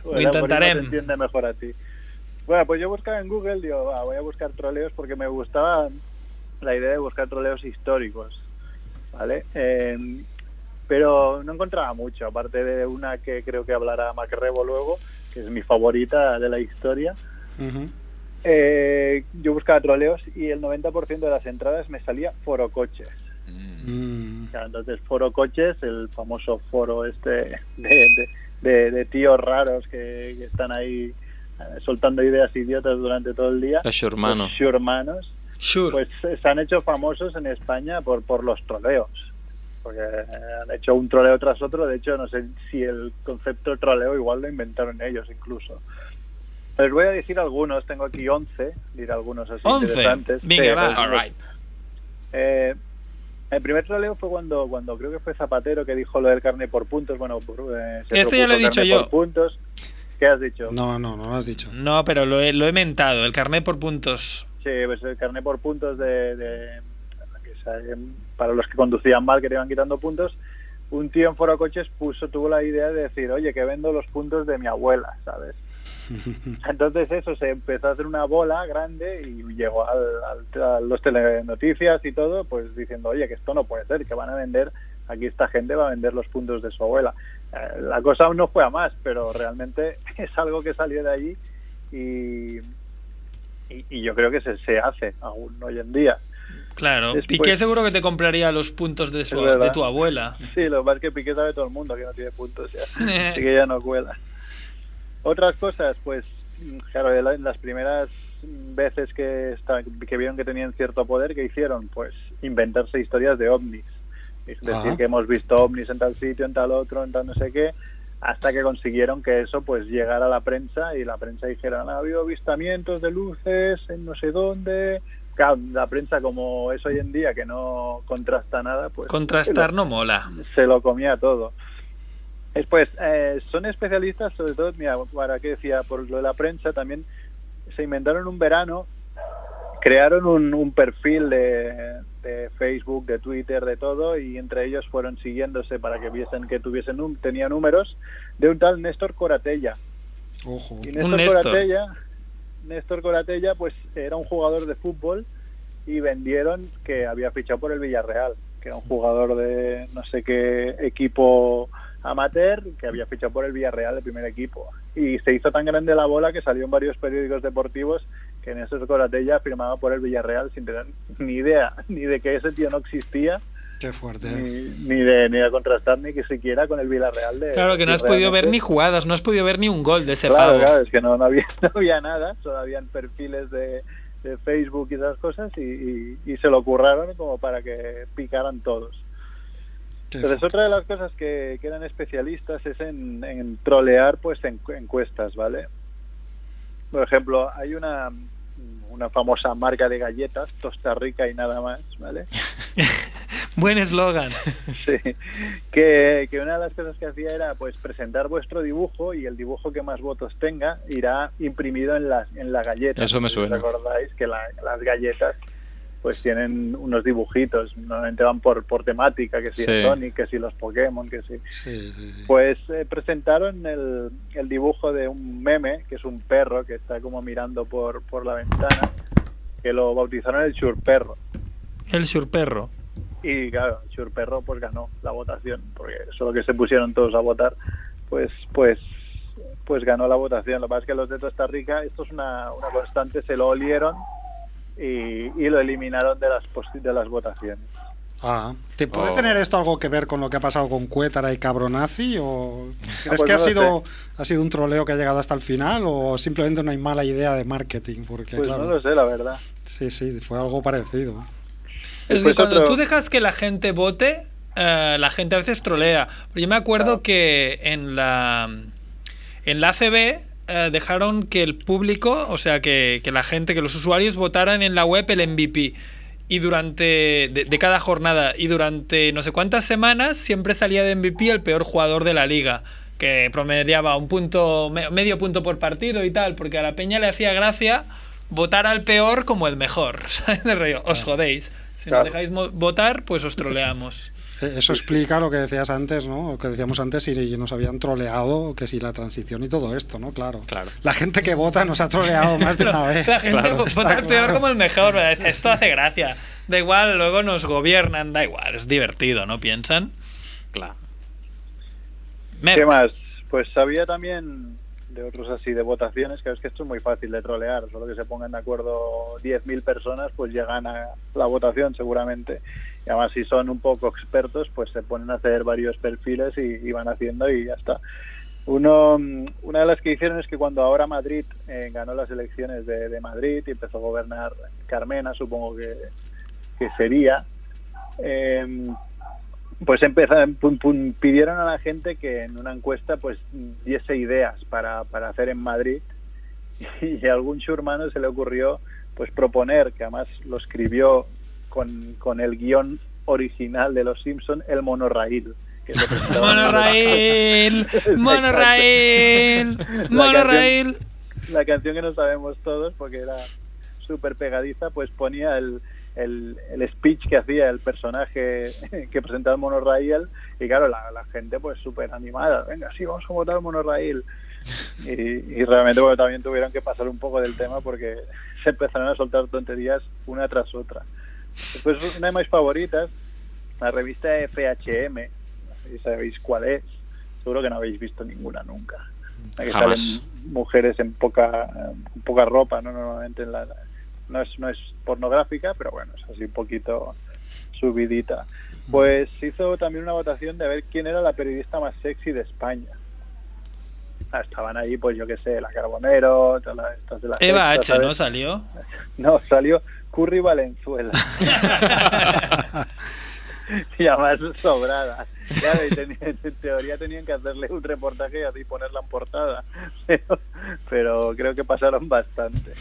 D: Lo
I: El algoritmo
D: intentaré.
I: te entiende mejor a ti. Bueno, pues yo buscaba en Google, digo, va, voy a buscar troleos porque me gustaba la idea de buscar troleos históricos, ¿vale? Eh, pero no encontraba mucho, aparte de una que creo que hablará Macrebo luego, que es mi favorita de la historia.
A: Ujú.
I: Eh, yo buscaba troleos y el 90% de las entradas me salía foro coches.
E: Mm.
A: Mm.
I: Claro, entonces Foro Coches, el famoso foro este de, de- de- de tíos raros que, que están ahí eh, soltando ideas idiotas durante todo el día.
B: Los hermano.
I: Los hermanos,
D: Sure.
I: pues eh, se han hecho famosos en España por, por los troleos. Porque eh, han hecho un troleo tras otro. De hecho, no sé si el concepto troleo igual lo inventaron ellos incluso. Les voy a decir algunos, tengo aquí 11, diré algunos así
D: 11.
I: interesantes. Pues, Sí,
D: Venga, va.
I: pues, eh, el primer troleo fue cuando, cuando creo que fue Zapatero que dijo lo del carne por puntos. Bueno, por, eh, se
D: Esto ya lo he
I: propuso
D: dicho
I: carne
D: yo.
I: Por puntos. ¿Qué has dicho?
A: No, no, no lo has dicho.
D: No, pero lo he, lo he mentado. El carnet por puntos.
I: Sí, pues el carné por puntos de, de- que se- para los que conducían mal, que te iban quitando puntos. Un tío en Foro Coches puso, tuvo la idea de decir, oye, que vendo los puntos de mi abuela, ¿sabes? Entonces eso se empezó a hacer una bola grande y llegó al- al- a los telenoticias y todo, pues diciendo, oye, que esto no puede ser, que van a vender, aquí esta gente va a vender los puntos de su abuela. Eh, la cosa aún no fue a más, pero realmente es algo que salió de allí y, y, y yo creo que se, se hace aún hoy en día.
D: Claro.
I: Después-
D: Piqué seguro que te compraría los puntos de, su-
I: Es verdad. Pues,
D: de tu abuela.
I: Sí, lo que pasa es que Piqué sabe todo el mundo que no tiene puntos ya. Así que ya no cuela. Otras cosas, pues, mm, claro, de la- las primeras veces que, esta- que vieron que tenían cierto poder, ¿qué hicieron? Pues inventarse historias de ovnis. Es decir,
A: Ah.
I: que hemos visto ovnis en tal sitio, en tal otro, en tal no sé qué, hasta que consiguieron que eso pues llegara a la prensa y la prensa dijera, ha habido avistamientos de luces en no sé dónde, claro, la prensa como es hoy en día que no contrasta nada, pues
D: Contrastar no mola.
I: se lo comía todo. Después, eh, son especialistas, sobre todo, mira, para que decía, por lo de la prensa también se inventaron un verano, crearon un, un perfil de, de Facebook, de Twitter, de todo, y entre ellos fueron siguiéndose para que viesen que tuviesen un, tenía números, de un tal Néstor Coratella.
A: Ojo.
I: Y
D: Un
I: Néstor,
D: Néstor.
I: Coratella, Néstor Coratella, pues era un jugador de fútbol y vendieron que había fichado por el Villarreal, que era un jugador de no sé qué equipo amateur que había fichado por el Villarreal de primer equipo. Y se hizo tan grande la bola que salió en varios periódicos deportivos que Néstor Coratella firmaba por el Villarreal sin tener ni idea ni de que ese tío no existía,
A: Qué fuerte. ¿eh?
I: ni, ni de, ni de contrastar ni que siquiera con el Villarreal. De,
D: Claro que no
I: si
D: has podido ver
I: realmente-
D: ni jugadas, no has podido ver ni un gol de ese
I: Claro,
D: pavo.
I: claro, es que no, no había, no había nada, solo habían perfiles de, de Facebook y esas cosas y, y- y se lo curraron como para que picaran todos.
A: Qué
I: Entonces
A: fuerte.
I: otra de las cosas que, que eran especialistas es en, en trolear pues en- encuestas, ¿vale? Por ejemplo, hay una, una famosa marca de galletas, Tosta Rica y nada más, ¿vale?
D: Buen eslogan.
I: Sí, que, que una de las cosas que hacía era pues presentar vuestro dibujo y el dibujo que más votos tenga irá imprimido en la, en la galleta.
B: Eso me
I: No sé si
B: suena.
I: os acordáis que la- las galletas pues tienen unos dibujitos, normalmente van por, por temática, que si
B: Sí.
I: el Sonic, que si los Pokémon, que si...
A: Sí, sí, sí.
I: Pues eh, presentaron el, el dibujo de un meme, que es un perro que está como mirando por, por la ventana, que lo bautizaron el Churperro.
D: El surperro.
I: Y claro, Churperro pues ganó la votación, porque solo que se pusieron todos a votar, pues pues pues ganó la votación. Lo que pasa es que los de Costa Rica, esto es una, una constante, se lo olieron y, y lo eliminaron de las posi- de las votaciones.
A: Ah, ¿te puede
B: Oh.
A: tener esto algo que ver con lo que ha pasado con Cuétara y Cabronazi? ¿O crees
I: pues
A: que
I: no
A: ha
I: lo
A: sido, ha sido un troleo que ha llegado hasta el final o simplemente una mala idea de marketing? Porque,
I: Pues
A: claro,
I: no lo sé, la verdad.
A: sí, sí, fue algo parecido.
D: Es que
I: Después
D: cuando
I: pues otro-
D: tú dejas que la gente vote, eh, la gente a veces trolea. Pero yo me acuerdo
I: Claro.
D: que en la, en la ACB eh, dejaron que el público, o sea, que, que la gente, que los usuarios votaran en la web el MVP. Y durante. De, de cada jornada. Y durante no sé cuántas semanas siempre salía de MVP el peor jugador de la liga. Que promediaba un punto. me- medio punto por partido y tal. Porque a la peña le hacía gracia votar al peor como el mejor. ¿sabes? De rollo, Os jodéis. Si
I: Claro.
D: nos dejáis mo- votar, pues os troleamos.
A: Eh, Eso explica lo que decías antes, ¿no? Lo que decíamos antes, si nos habían troleado, que si la transición y todo esto, ¿no? Claro.
B: Claro.
A: La gente que vota nos ha troleado más de una
D: La
A: vez.
D: gente
B: Claro.
D: vo-
A: Está
D: vota al peor
A: claro.
D: como el mejor. ¿verdad? Esto hace gracia. Da igual, luego nos gobiernan, da igual. Es divertido, ¿no piensan?
B: Claro.
D: Merck.
I: ¿Qué más? Pues había también de otros así de votaciones, que es que esto es muy fácil de trolear, solo que se pongan de acuerdo 10.000 personas, pues llegan a la votación seguramente. Y además si son un poco expertos, pues se ponen a hacer varios perfiles y, y van haciendo y ya está. Uno, mm, una de las que hicieron es que cuando ahora Madrid eh, ganó las elecciones de, de Madrid y empezó a gobernar Carmena, supongo que, que sería, eh, pues empezaron, pum, pum, pidieron a la gente que en una encuesta pues diese ideas para, para hacer en Madrid y a algún churmano se le ocurrió pues proponer, que además lo escribió con, con el guión original de Los Simpson, el monorraíl. que se presentaba en Madrid.
D: Monorail,
I: Exacto.
D: monorail,
I: La
D: monorail.
I: la canción que no sabemos todos porque era súper pegadiza, pues ponía el, el, el speech que hacía el personaje que presentaba el monorraíl y claro, la, la gente pues súper animada, venga, sí, vamos a votar al monorraíl. Y, y realmente bueno, también tuvieron que pasar un poco del tema porque se empezaron a soltar tonterías una tras otra. Después una de mis favoritas, la revista FHM, no sé si sabéis cuál es, seguro que no habéis visto ninguna nunca. La que
B: Jamás.
I: salen mujeres en poca, en poca ropa, ¿no? Normalmente en la- no, es, no es pornográfica, pero bueno, es así un poquito subidita. Pues hizo también una votación de ver quién era la periodista más sexy de España. Ah, estaban ahí, pues yo qué sé, la Carbonero, todas las- estas de la
D: Eva
I: sexta,
D: H, ¿no
I: ¿sabes?
D: salió?
I: No, salió Curry Valenzuela. y además sobrada. Claro, y tenía- en teoría tenían que hacerle un reportaje y así ponerla en portada. Pero, pero creo que pasaron bastante.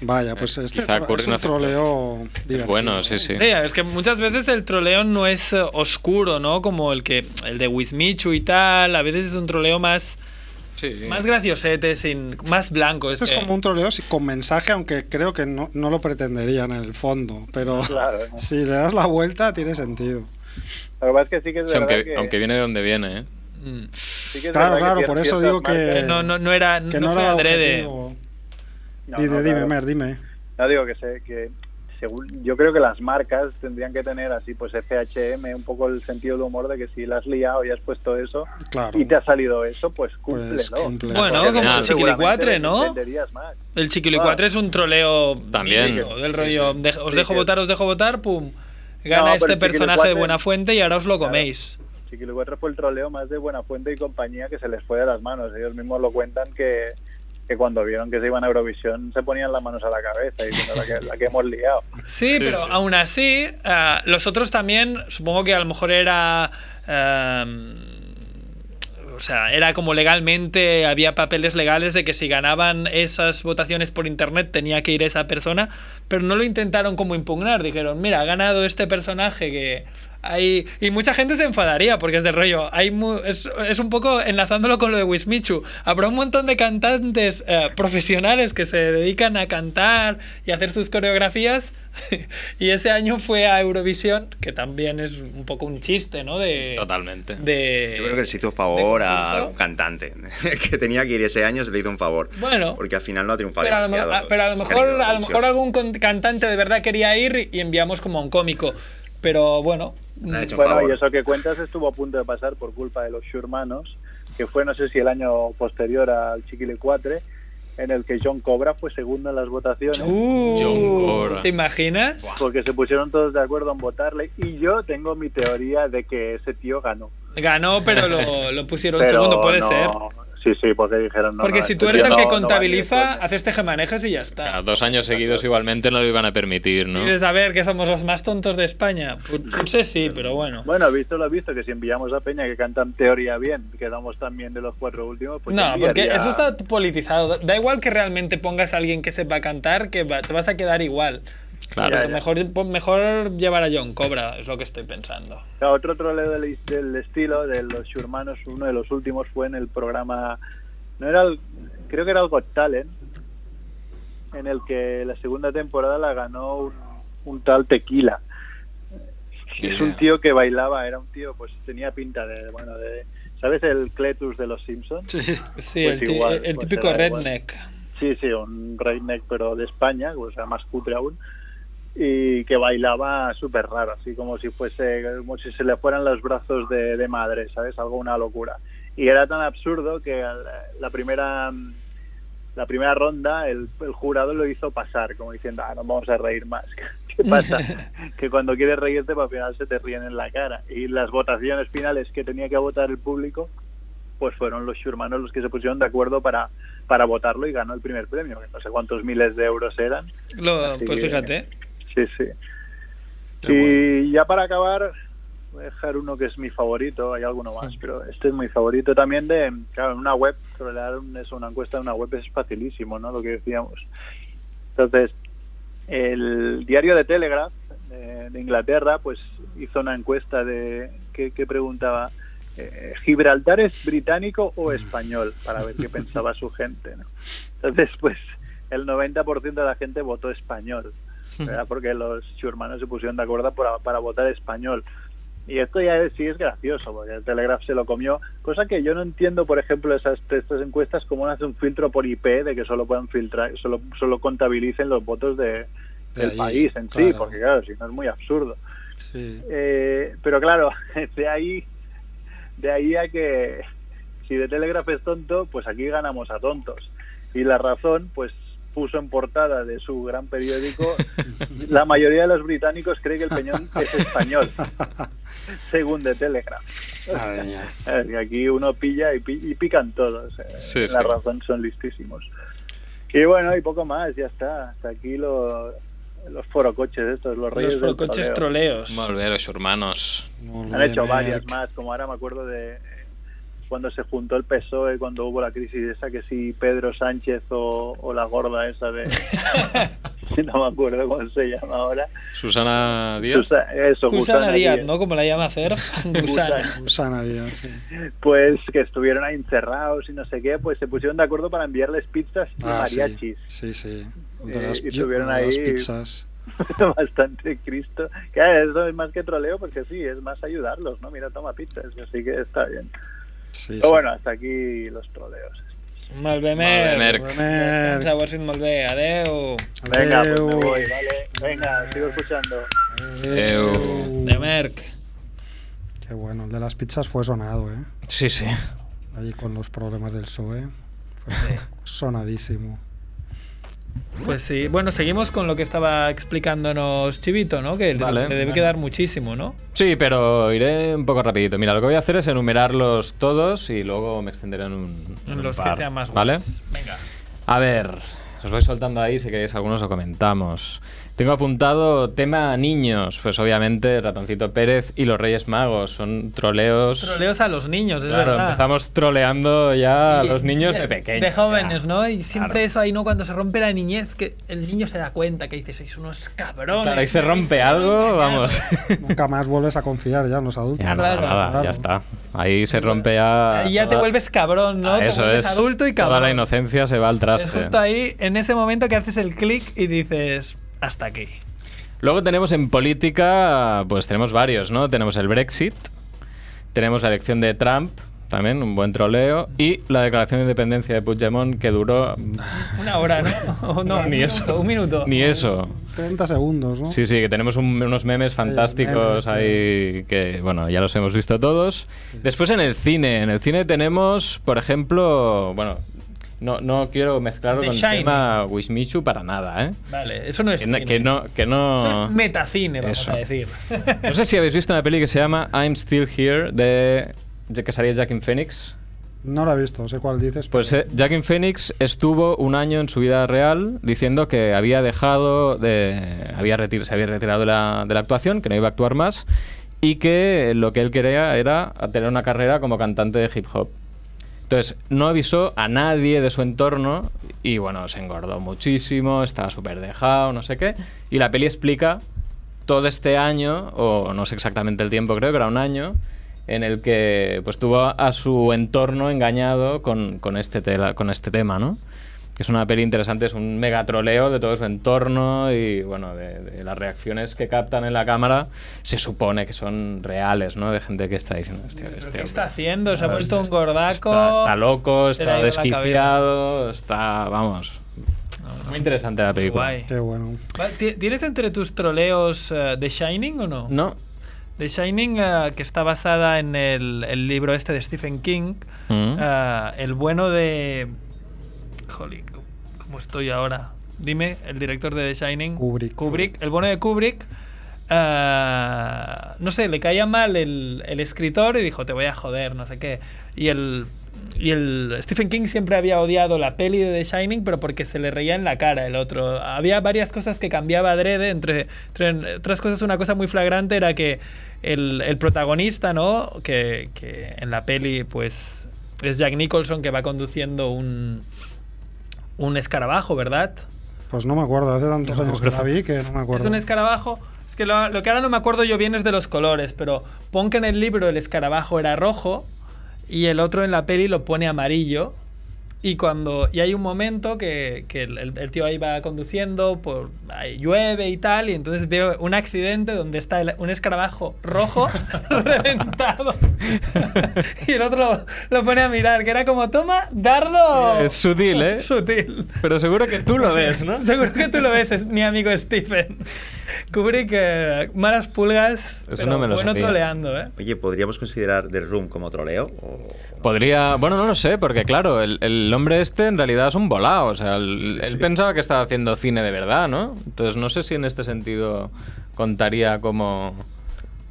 A: Vaya, pues este
J: quizá ocurre
A: es un
J: inaceptable.
A: troleo
J: Es
A: divertido.
J: bueno, sí, sí.
D: Sí, es que muchas veces el troleo no es eh, oscuro, ¿no? Como el que el de Wismichu y tal, a veces es un troleo más
J: Sí.
D: más graciosete, sin más blanco,
A: Esto Este es
D: que-
A: como un troleo si- con mensaje, aunque creo que no, no lo pretenderían en el fondo, pero
I: Claro.
A: si le das la vuelta tiene sentido.
I: Lo que pasa es que sí que es
J: O sea,
I: verdad
J: aunque,
I: que...
J: aunque viene de donde viene, ¿eh?
D: Mm.
I: sí que es
A: Claro,
I: verdad que
A: claro,
I: cier-
A: por eso
I: ciertas
A: digo que-
I: marcas-
D: Que no, no, no era no,
A: que no,
D: fue
A: era el
D: adrede.
A: objetivo.
I: No,
A: dime,
I: no,
A: dime,
I: claro.
A: Mer, dime.
I: No digo que se, que según yo creo que las marcas tendrían que tener así pues FHM, un poco el sentido del humor de que si la has liado y has puesto eso
A: Claro.
I: y te ha salido eso, pues
A: Pues
I: cúmplelo.
A: cumple.
D: Bueno,
J: Claro.
D: como el
J: Seguramente
D: chiquilicuatre, ¿no?
I: Venderías más.
D: El chiquilicuatre es un troleo
J: También.
D: lindo, del
J: Sí,
D: rollo,
J: sí.
D: de- os
I: Sí,
D: dejo
I: sí.
D: votar, os dejo votar, pum. Gana
I: No, pero
D: este
I: el
D: personaje de
I: chiquilicuatre-
D: buena fuente y ahora os lo
I: Claro.
D: coméis.
I: Chiquilicuatre fue el troleo más de Buenafuente y compañía que se les fue de las manos. Ellos mismos lo cuentan que, que cuando vieron que se iban a Eurovisión se ponían las manos a la cabeza y diciendo la que, la que hemos liado.
J: Sí,
D: Sí, pero
J: sí.
D: aún así, ah, los otros también, supongo que a lo mejor era. ehm, o sea, era como legalmente, había papeles legales de que si ganaban esas votaciones por internet tenía que ir esa persona, pero no lo intentaron como impugnar. Dijeron, mira, ha ganado este personaje que. Hay... Y mucha gente se enfadaría porque es del rollo. Hay mu- es, es un poco enlazándolo con lo de Wismichu. Habrá un montón de cantantes eh, profesionales que se dedican a cantar y hacer sus coreografías. y ese año fue a Eurovisión, que también es un poco un chiste, ¿no? De,
J: Totalmente.
D: de-
C: Yo creo que le hizo un
D: de
C: favor
D: concurso.
C: a algún cantante que tenía que ir ese año, se le hizo un favor.
D: Bueno.
C: Porque al final no ha triunfado
D: Pero a, lo,
C: demasiado.
D: me- a- pero a lo
C: los Oscar
D: mejor, a
C: de
D: lo
C: Eurovisión.
D: mejor algún con- cantante de verdad quería ir y enviamos como a un cómico. Pero bueno.
C: Le ha hecho un
I: Bueno,
C: favor.
I: y eso que cuentas estuvo a punto de pasar por culpa de los Shermanos, que fue no sé si el año posterior al Chiquilicuatre, en el que John Cobra fue segundo en las votaciones.
D: Uh,
J: John Cora.
D: ¿Te imaginas?
I: Porque se pusieron todos de acuerdo en votarle y yo tengo mi teoría de que ese tío ganó.
D: Ganó, pero lo, lo pusieron
I: Pero
D: segundo, puede
I: no-
D: ser.
I: Sí, sí, porque dijeron no.
D: Porque
I: no,
D: si
I: este
D: tú eres
I: tío
D: el
I: no-
D: que
I: no va ni de
D: contabiliza,
I: coña.
D: haces tejemanejes y ya está.
J: Claro, dos años seguidos igualmente no lo iban a permitir, ¿no?
D: Y de saber que somos los más tontos de España. Pues, no sé sí, pero bueno.
I: Bueno, visto lo visto, que si enviamos a Peña que cantan teoría bien, quedamos también de los cuatro últimos, pues
D: no, porque
I: enviaría-
D: eso está politizado. Da igual que realmente pongas a alguien que sepa cantar, que va- te vas a quedar igual.
J: Claro.
D: O sea, Mejor, pon- mejor llevar a John Cobra, es lo que estoy pensando.
I: O sea, otro troleo del, del estilo de los Shermanos, uno de los últimos fue en el programa, no era el- creo que era el Got Talent, en el que la segunda temporada la ganó un, un tal Tequila.
J: Ni
I: Es un
J: idea.
I: tío que bailaba, era un tío, pues tenía pinta de, bueno, de, ¿sabes el Cletus de los Simpsons? Sí,
D: Sí,
I: Pues
D: el, ti-
I: igual,
D: el
I: pues
D: típico
I: será igual.
D: redneck.
I: sí, un redneck pero de España, o sea, más cutre aún. Y que bailaba súper raro, así como si fuese, como si se le fueran los brazos de, de madre, ¿sabes? Algo una locura. Y era tan absurdo que al- la primera la primera ronda el, el jurado lo hizo pasar, como diciendo, ah, no vamos a reír más. ¿Qué pasa? que cuando quieres reírte, para final se te ríen en la cara. Y las votaciones finales que tenía que votar el público, pues fueron los Shermanos los que se pusieron de acuerdo para, para votarlo y ganó el primer premio, que no sé cuántos miles de euros eran.
D: Lo-
I: Así
D: pues
I: que-
D: fíjate.
I: Sí, sí. Y ya para acabar, voy a dejar uno que es mi favorito, hay alguno más, pero este es mi favorito también de, claro, en una web, trolear un- es una encuesta en una web es facilísimo, ¿no? Lo que decíamos. Entonces, el diario de Telegraph eh, de Inglaterra, pues hizo una encuesta de que, que preguntaba, eh, ¿Gibraltar es británico o español? Para ver qué pensaba su gente, ¿no? Entonces, pues el 90% de la gente votó español. Era porque los hermanos se pusieron de acuerdo para, para votar español. Y esto ya es- sí es gracioso, porque el Telegraph se lo comió. Cosa que yo no entiendo, por ejemplo, esas estas encuestas, cómo hace un filtro por IP de que solo puedan filtrar, solo, solo contabilicen los votos de, del
A: ahí,
I: país en sí,
A: claro.
I: porque claro, si no es muy absurdo.
A: Sí.
I: Eh, pero claro, de ahí, de ahí a que si de Telegraph es tonto, pues aquí ganamos a tontos. Y la razón, pues puso en portada de su gran periódico, la mayoría de los británicos cree que el peñón es español, según de Telegraph.
A: Madre mía.
I: Es que aquí uno pilla y, pi- y pican todos. eh,
J: Sí,
I: la
J: sí.
I: razón son listísimos. Y bueno, y poco más, ya está. Hasta aquí lo- los forocoches estos, los reyes
D: Los
I: del
D: coches
I: troleo.
D: troleos.
J: Volver a los hermanos.
A: Muy
I: Han
A: bien,
I: hecho varias
A: Merck.
I: más, como ahora me acuerdo de eh, cuando se juntó el PSOE, E, cuando hubo la crisis esa, que si Pedro Sánchez o, o la gorda esa de... no me acuerdo cómo se llama ahora.
J: Susana Díaz.
I: Susa- eso,
D: Gusana
I: Gusana
D: Díaz,
I: Díaz.
D: ¿no? Como la llama hacer. Gusana.
A: Gusana, Díaz, sí.
I: Pues que estuvieron ahí encerrados y no sé qué, pues se pusieron de acuerdo para enviarles pizzas y
A: Ah, sí,
I: mariachis.
A: Sí, sí. De
I: Eh,
A: las,
I: y tuvieron
A: de las
I: ahí-
A: pizzas.
I: Bastante Cristo. Claro, eso es más que troleo porque sí, es más ayudarlos, ¿no? Mira, toma pizzas, así que está bien.
A: Sí,
I: Pero
A: sí.
I: bueno, hasta aquí los troleos.
D: Molt bé,
J: Molt bé,
D: Merck.
J: Merck.
D: Descansa, Watson, molt bé. Adeu.
I: Venga, pues me
A: Adeu.
I: voy, vale. Venga, sigo escuchando.
J: Adeu.
D: Adeu, Merck.
A: Qué bueno, el de las pizzas fue sonado, ¿eh?
B: Sí, sí.
A: Allí con los problemas del PSOE. Fue sonadísimo.
D: Pues sí. Bueno, seguimos con lo que estaba explicándonos Chivito, ¿no? Que le-
B: Vale.
D: le debe
B: Vale.
D: quedar muchísimo, ¿no?
B: Sí, pero iré un poco rapidito. Mira, lo que voy a hacer es enumerarlos todos y luego me extenderé en un, en
D: En
B: un
D: los que
B: par,
D: sean más
B: ¿Vale?
D: guays. Venga.
B: A ver, os voy soltando ahí, si queréis algunos lo comentamos. Tengo apuntado tema niños, pues obviamente Ratoncito Pérez y los Reyes Magos son troleos.
D: Troleos a los niños, es
B: claro,
D: verdad.
B: empezamos troleando ya a
D: Y-
B: los niños
D: de-
B: de pequeños.
D: De jóvenes,
B: ya.
D: ¿no? Y siempre
B: Claro.
D: eso ahí, ¿no? Cuando se rompe la niñez, que el niño se da cuenta que dice, sois unos cabrones.
B: Claro, ahí se rompe algo, vamos.
A: Nunca más vuelves a confiar ya en los adultos.
B: Ya, nada,
D: Claro.
B: nada,
A: Claro.
B: ya está. Ahí se rompe ya.
D: Ahí ya te
B: toda-
D: vuelves cabrón, ¿no? Te
B: Ah, Eso
D: vuelves
B: es.
D: adulto y
B: Toda la
D: cabrón.
B: inocencia se va al
D: es
B: traste.
D: justo ahí, en ese momento que haces el clic y dices, hasta aquí.
B: Luego tenemos en política, pues tenemos varios, ¿no? Tenemos el Brexit, tenemos la elección de Trump, también un buen troleo, y la declaración de independencia de Puigdemont que duró
D: Ah. Una hora, ¿no? O no,
B: No, ni
D: un
B: eso.
D: minuto, Un minuto.
B: ni eso.
A: 30 segundos, ¿no?
B: Sí, sí, que tenemos un- unos memes fantásticos
A: memes,
B: ahí que, bueno, ya los hemos visto todos. Después en el cine, en el cine tenemos, por ejemplo, bueno, no, no quiero mezclarlo
D: The
B: con el
D: Shining.
B: tema Wismichu para nada, ¿eh?
D: Vale, eso no es
B: Que no,
D: cine.
B: que no, que no-
D: Eso es metacine, vamos
B: Eso.
D: a decir.
B: No sé si habéis visto una peli que se llama I'm Still Here de de que salía Jackin Phoenix.
A: No lo he visto, sé cuál dices.
B: Pues eh, Jackin Phoenix estuvo un año en su vida real diciendo que había dejado de había retir- se había retirado de la, de la actuación, que no iba a actuar más y que lo que él quería era tener una carrera como cantante de hip hop. Entonces, no avisó a nadie de su entorno y bueno, se engordó muchísimo, estaba súper dejado, no sé qué. Y la peli explica todo este año, o no sé exactamente el tiempo, creo que era un año, en el que pues tuvo a su entorno engañado con, con este, tela- con este tema, ¿no? Que Es una peli interesante, es un mega troleo de todo su entorno y bueno, de, de las reacciones que captan en la cámara se supone que son reales, ¿no? De gente que está diciendo, "Hostia,
D: ¿Pero
B: este
D: ¿Qué
B: hombre-
D: está haciendo? Se ha
B: Claro,
D: puesto
B: este-
D: un gordaco.
B: Está, está loco,
D: se le ha
B: está
D: ido la cabeza.
B: desquiciado, está, vamos. Muy interesante la película.
D: Guay.
A: Qué bueno.
D: Va, ti- ¿Tienes entre tus troleos eh, The Shining o no?
B: No.
D: The Shining, eh, que está basada en el, el libro este de Stephen King,
B: Mm.
D: eh, el bueno de... Jolín, ¿cómo estoy ahora? Dime, el director de The Shining.
A: Kubrick.
D: Kubrick. El bueno de Kubrick. eh, no sé, le caía mal el, el escritor y dijo, te voy a joder, no sé qué. Y el, y el Stephen King siempre había odiado la peli de The Shining, pero porque se le reía en la cara el otro. Había varias cosas que cambiaba adrede, entre, entre otras cosas, una cosa muy flagrante era que el, el protagonista, ¿no? Que, que en la peli, pues, es Jack Nicholson que va conduciendo un, un escarabajo, ¿verdad?
A: Pues no me acuerdo, hace tantos
B: No me
A: años que la
B: acuerdo.
A: vi que no me acuerdo.
D: Es un escarabajo. Es que lo, lo que ahora no me acuerdo yo bien es de los colores, pero pon que en el libro el escarabajo era rojo y el otro en la peli lo pone amarillo. Y cuando y hay un momento que, que el, el- el tío ahí va conduciendo, por, ahí llueve y tal, y entonces veo un accidente donde está el- un escarabajo rojo reventado. y el otro lo, lo pone a mirar, que era como, toma, dardo.
B: Es sutil, ¿eh?
D: Sutil.
B: Pero seguro que tú lo ves, ¿no?
D: Seguro que tú lo ves, es mi amigo Stephen. Kubrick, eh, malas pulgas,
B: Eso
D: pero
B: no me lo
D: bueno
B: sabía.
D: troleando, ¿eh?
C: Oye, ¿podríamos considerar The Room como troleo? O-
B: Podría. Bueno, no lo sé, porque claro, el, el hombre este en realidad es un volado. O sea, el- él pensaba que estaba haciendo cine de verdad, ¿no? Entonces no sé si en este sentido contaría como.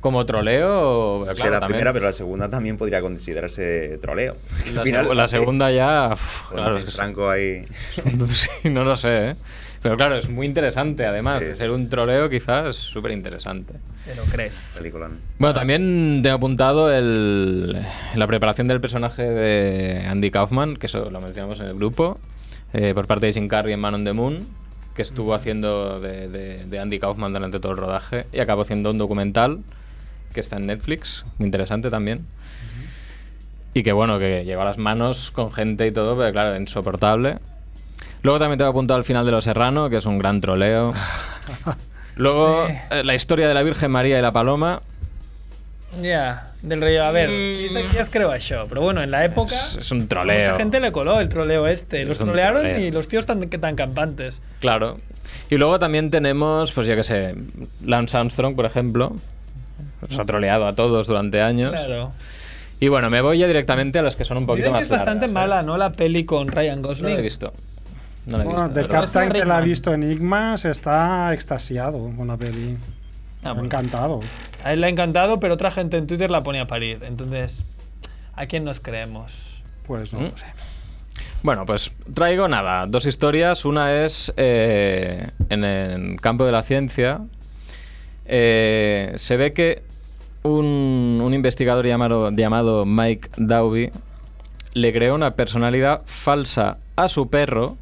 B: Como troleo, pero
C: O sea,
B: claro,
C: la
B: también-
C: primera, pero la segunda también podría considerarse troleo. Es que Pues
B: La,
C: al final- eh,
B: seg- la segunda ya. uf,
C: Bueno,
B: claro,
C: James
B: es que-
C: Franco ahí.
B: Sí, no lo sé, ¿eh? Pero claro, es muy interesante, además de ser un troleo, quizás es súper interesante.
D: Te lo crees.
B: Bueno, también te he apuntado el, la preparación del personaje de Andy Kaufman, que eso lo mencionamos en el grupo, eh, por parte de Jim Carrey en Man on the Moon, que estuvo haciendo de, de- de Andy Kaufman durante todo el rodaje y acabó haciendo un documental que está en Netflix, muy interesante también. Y que bueno, que llegó a las manos con gente y todo, pero claro, insoportable. Luego también te he apuntado al final de Los Serrano, que es un gran troleo. Luego, eh, la historia de la Virgen María y la Paloma.
D: Ya, del rey. A ver, quizás ya es creo això, pero bueno, en la época
B: Es un
D: mucha
B: troleo.
D: gente le coló el troleo este. Los
B: un
D: trolearon
B: troleo.
D: y los tíos tan, que tan campantes.
B: Claro. Y luego también tenemos, pues yo qué sé, Lance Armstrong, por ejemplo. Nos ha troleado a todos durante años.
D: Claro.
B: Y bueno, me voy ya directamente a las que son un poquito
D: Dicen que
B: más
D: es bastante
B: largas. ¿eh?
D: mala, ¿no? La peli con Ryan
B: No
D: Gosling.
B: la he visto. No la he
A: Bueno,
B: visto.
A: The
B: pero-
A: Captain, que la ha visto Enigma, se está extasiado con la peli.
D: Ah,
A: Me ha
D: bueno.
A: encantado.
D: A él le ha encantado, pero otra gente en Twitter la ponía a parir. Entonces, ¿a quién nos creemos?
A: Pues no
D: Mm.
A: lo sé.
B: Bueno, pues traigo nada, dos historias. Una es eh, en el campo de la ciencia. eh, se ve que un, un investigador llamado, llamado Mike Dowby le creó una personalidad falsa a su perro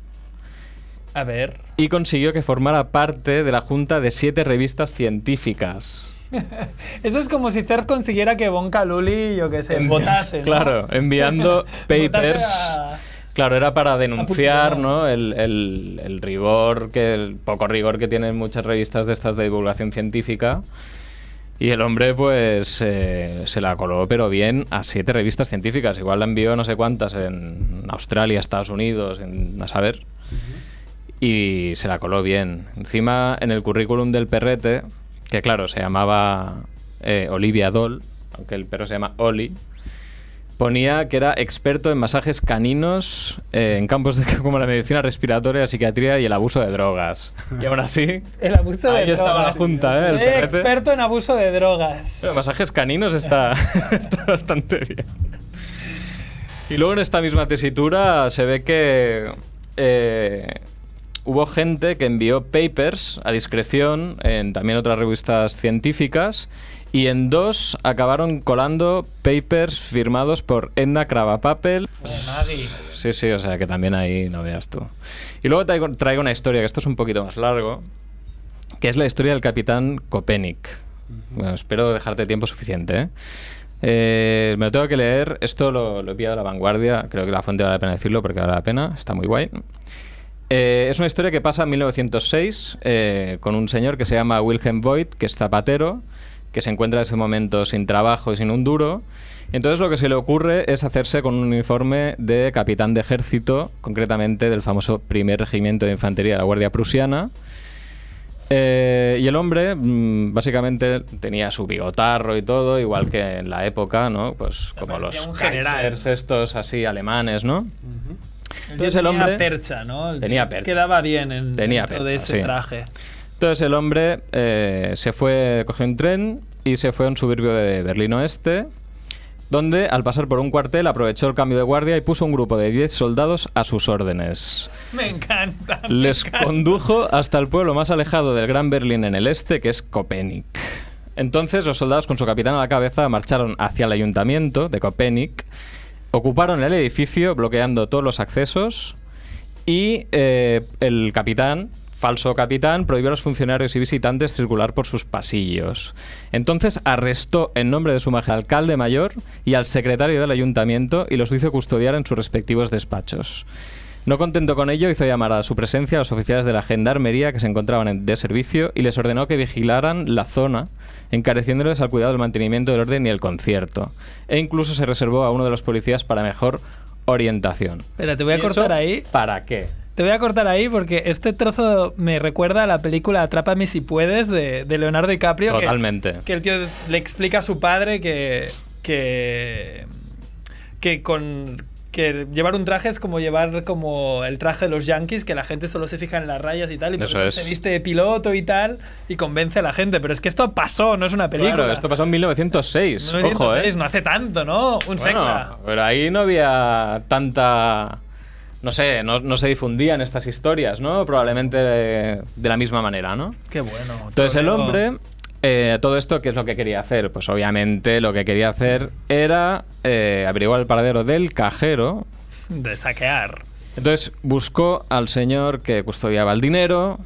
D: A ver.
B: y consiguió que formara parte de la junta de siete revistas científicas.
D: Eso es como si Cerf consiguiera que Bonca Luli, yo qué sé, votase. ¿no?
B: Claro, enviando papers.
D: a-
B: Claro, era para denunciar ¿no? el, el- el rigor, que el poco rigor que tienen muchas revistas de estas de divulgación científica. Y el hombre, pues, eh, se la coló, pero bien, a siete revistas científicas. Igual la envió no sé cuántas en Australia, Estados Unidos, en, a saber. Y se la coló bien. Encima, en el currículum del perrete, que claro, se llamaba eh, Olivia Doll, aunque el perro se llama Oli, ponía que era experto en masajes caninos eh, en campos de- como la medicina respiratoria, la psiquiatría y el abuso de drogas. Y aún así,
D: El abuso de
B: ahí estaba la
D: drogas.
B: junta, ¿eh? El
D: Eh,
B: perrete.
D: experto en abuso de drogas.
B: Pero masajes caninos está, está bastante bien. Y luego en esta misma tesitura se ve que eh, hubo gente que envió papers a discreción en también otras revistas científicas y en dos acabaron colando papers firmados por Edna Kravapapel. Sí, sí, o sea que también ahí no veas tú. Y luego traigo, traigo una historia, que esto es un poquito más largo, que es la historia del capitán Kopenik. Bueno, espero dejarte tiempo suficiente. ¿eh? Eh, me lo tengo que leer. Esto lo, lo he pillado de la vanguardia. Creo que la fuente vale la pena decirlo porque vale la pena. Está muy guay. Eh, es una historia que pasa en 1906 eh, con un señor que se llama Wilhelm Voigt, que es zapatero, que se encuentra en ese momento sin trabajo y sin un duro. Entonces lo que se le ocurre es hacerse con un uniforme de capitán de ejército, concretamente del famoso primer regimiento de infantería de la Guardia Prusiana. Eh, y el hombre, mm, básicamente, tenía su bigotarro y todo, igual que en la época, ¿no? Pues como los
D: un general.
B: Kaisers estos así alemanes, ¿no? Entonces
D: Ya
B: el
D: tenía
B: hombre-
D: percha, ¿no? El
B: Tenía
D: tío
B: percha.
D: Quedaba bien en
B: Tenía
D: dentro de
B: percha,
D: ese
B: sí.
D: traje.
B: Entonces el hombre eh, se fue, cogió un tren y se fue a un suburbio de Berlín Oeste, donde al pasar por un cuartel aprovechó el cambio de guardia y puso un grupo de 10 soldados a sus órdenes.
D: Me encanta.
B: Les condujo hasta el pueblo más alejado del Gran Berlín en el este, que es Köpenick. Entonces los soldados con su capitán a la cabeza marcharon hacia el ayuntamiento de Köpenick, ocuparon el edificio bloqueando todos los accesos y eh, el capitán, falso capitán, prohibió a los funcionarios y visitantes circular por sus pasillos. Entonces arrestó en nombre de su majestad al alcalde mayor y al secretario del ayuntamiento y los hizo custodiar en sus respectivos despachos. No contento con ello, hizo llamar a su presencia a los oficiales de la gendarmería que se encontraban en- de servicio y les ordenó que vigilaran la zona, encareciéndoles al cuidado del mantenimiento del orden y el concierto. E incluso se reservó a uno de los policías para mejor orientación.
D: Espera, te voy a
B: ¿Y eso
D: cortar ahí.
B: ¿Para qué?
D: Te voy a cortar ahí porque este trozo me recuerda a la película Atrápame si puedes de, de Leonardo DiCaprio. que-
B: Totalmente.
D: Que, el tío le explica a su padre que. que. que con. que llevar un traje es como llevar como el traje de los yankees, que la gente solo se fija en las rayas y tal, y por
B: Eso
D: eso
B: es.
D: se viste de piloto y tal, y convence a la gente. Pero es que esto pasó, no es una película.
B: Claro, esto pasó en 1906. Ojo, ¿eh?
D: 1906, No hace tanto, ¿no? Un secta.
B: Bueno, pero ahí no había tanta. No sé, no, no se difundían estas historias, ¿no? Probablemente de, de la misma manera, ¿no?
D: Qué bueno.
B: Entonces el
D: Troleo.
B: hombre, eh, todo esto, ¿qué es lo que quería hacer? Pues obviamente lo que quería hacer era eh, averiguar el paradero del cajero.
D: De saquear.
B: Entonces buscó al señor que custodiaba el dinero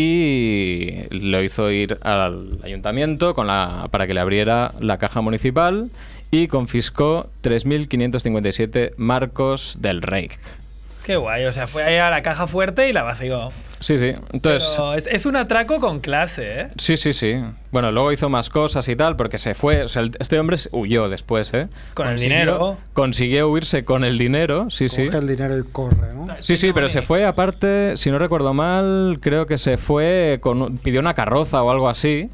B: y lo hizo ir al ayuntamiento con la, para que le abriera la caja municipal y confiscó 3.557 marcos del rey.
D: Qué guay, o sea, fue ahí a la caja fuerte y la vació.
B: Sí, sí. Entonces,
D: Pero es, es un atraco con clase, ¿eh?
B: Sí, sí, sí. Bueno, luego hizo más cosas y tal, porque se fue. O sea, el- este hombre se- huyó después, ¿eh?
D: Con el dinero.
B: Consiguió huirse con el dinero, sí, sí.
A: Coge el dinero y corre, ¿no?
B: Sí, sí,
D: eh.
B: pero se fue aparte, si no recuerdo mal, creo que se fue, con, un- pidió una carroza o algo así.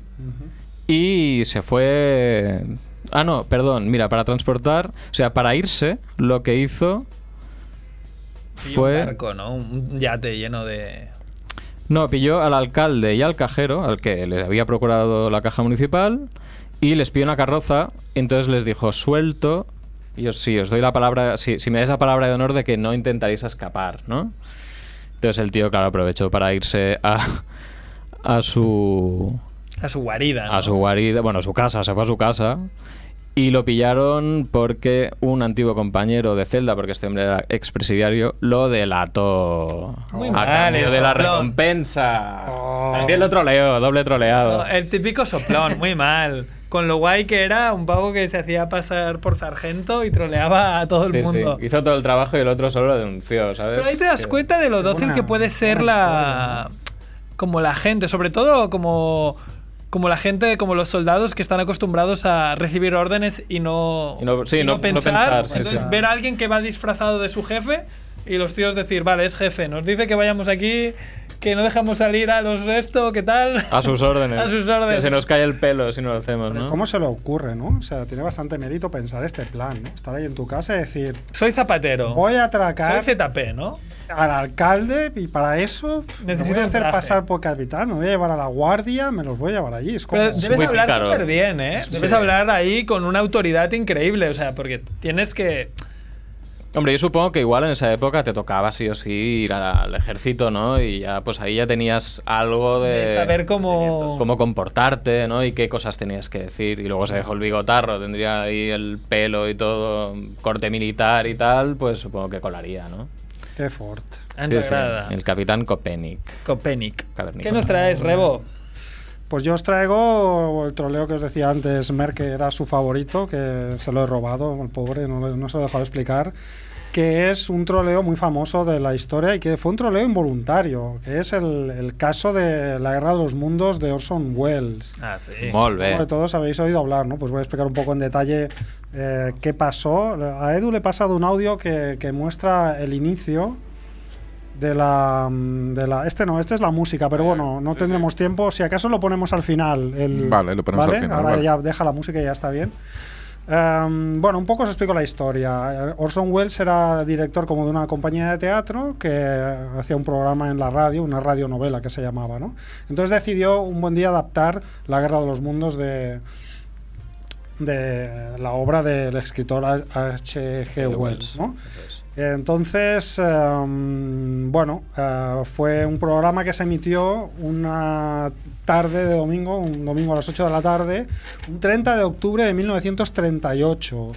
B: Y se fue... Ah, no, perdón, mira, para transportar, o sea, para irse, lo que hizo
D: Y
B: fue...
D: Un barco, ¿no? Un un yate lleno de.
B: No, pilló al alcalde y al cajero, al que le había procurado la caja municipal, y les pidió una carroza. Entonces les dijo, suelto. Y yo, sí, os doy la palabra, si, si me dais la palabra de honor de que no intentaréis escapar, ¿no? Entonces el tío, claro, aprovechó para irse a, a su
D: A su guarida.
B: a su guarida, bueno, a su casa, se fue a su casa. Y lo pillaron porque un antiguo compañero de celda, porque este hombre era expresidiario, lo delató.
D: Muy
B: a
D: mal, Oh.
B: cambio
D: el
B: de la
D: soplón.
B: recompensa. También lo troleó, doble troleado.
D: El típico soplón, muy mal. Con lo guay que era un pavo que se hacía pasar por sargento y troleaba a todo el
B: Sí, sí.
D: mundo.
B: Hizo todo el trabajo y el otro solo lo denunció, ¿sabes?
D: Pero ahí te das
B: Que-
D: cuenta de lo dócil
A: buena-
D: que puede ser la. como la gente, sobre todo como. como la gente, como los soldados que están acostumbrados a recibir órdenes y no.
B: Y no- sí,
D: y
B: no- no pensar, sí,
D: Entonces,
B: sí.
D: ver a alguien que va disfrazado de su jefe y los tíos decir, vale, es jefe, nos dice que vayamos aquí, que no dejamos salir a los restos, ¿qué tal?
B: A sus órdenes.
D: A sus órdenes.
B: Que se nos cae el pelo si no lo hacemos, ¿no?
A: ¿Cómo se le ocurre, no? O sea, tiene bastante mérito pensar este plan, ¿no? Estar ahí en tu casa y decir,
D: Soy zapatero.
A: voy a
D: Soy
A: atracar
D: ZP, ¿no?
A: al alcalde y para eso me
D: Necesito
A: voy a
D: un
A: hacer
D: traje.
A: pasar por capitán, me voy a llevar a la guardia, me los voy a llevar allí. Es como...
D: Pero debes
B: muy
D: hablar
B: pícaro.
D: súper bien, ¿eh? Debes hablar ahí con una autoridad increíble, o sea, porque tienes que...
B: Hombre, yo supongo que igual en esa época te tocaba sí o sí ir a- al ejército, ¿no? Y ya, pues ahí ya tenías algo de...
D: de saber cómo...
B: cómo comportarte, ¿no? Y qué cosas tenías que decir. Y luego se dejó el bigotarro, tendría ahí el pelo y todo, corte militar y tal, pues supongo que colaría, ¿no?
A: Qué fuerte.
D: Antes agrada.
B: El capitán Kopenik.
D: Copenic.
B: Cavernícola.
D: ¿Qué nos traes,
A: Mm.
D: Rebo?
A: Pues yo os traigo el troleo que os decía antes, Mer, que era su favorito, que se lo he robado, el pobre, no, lo- no se lo he dejado explicar, que es un troleo muy famoso de la historia y que fue un troleo involuntario, que es el, el caso de la Guerra de los Mundos de Orson Welles.
D: Ah, sí.
B: Molt bé.
A: Como que todos habéis oído hablar, ¿no? Pues voy a explicar un poco en detalle eh, qué pasó. A Edu le he pasado un audio que, que muestra el inicio de la, mm, de la- Este no, este es la música, pero bueno, no tendremos tiempo. Si acaso lo ponemos al final. el-
E: Vale, lo ponemos al final,
A: Ahora
E: vale.
A: ya deja la música y ya está bien. Em, bueno, un poco os explico la historia. Eh, Orson Welles era director como de una compañía de teatro que hacía un programa en la radio, una radionovela que se llamaba, ¿no? Entonces decidió un buen día adaptar La Guerra de los Mundos de, de la obra del escritor H.G. Wells, ¿no? Entonces, em, bueno, eh, fue un programa que se emitió una tarde de domingo, un domingo a las 8 de la tarde, un 30 de octubre de 1938.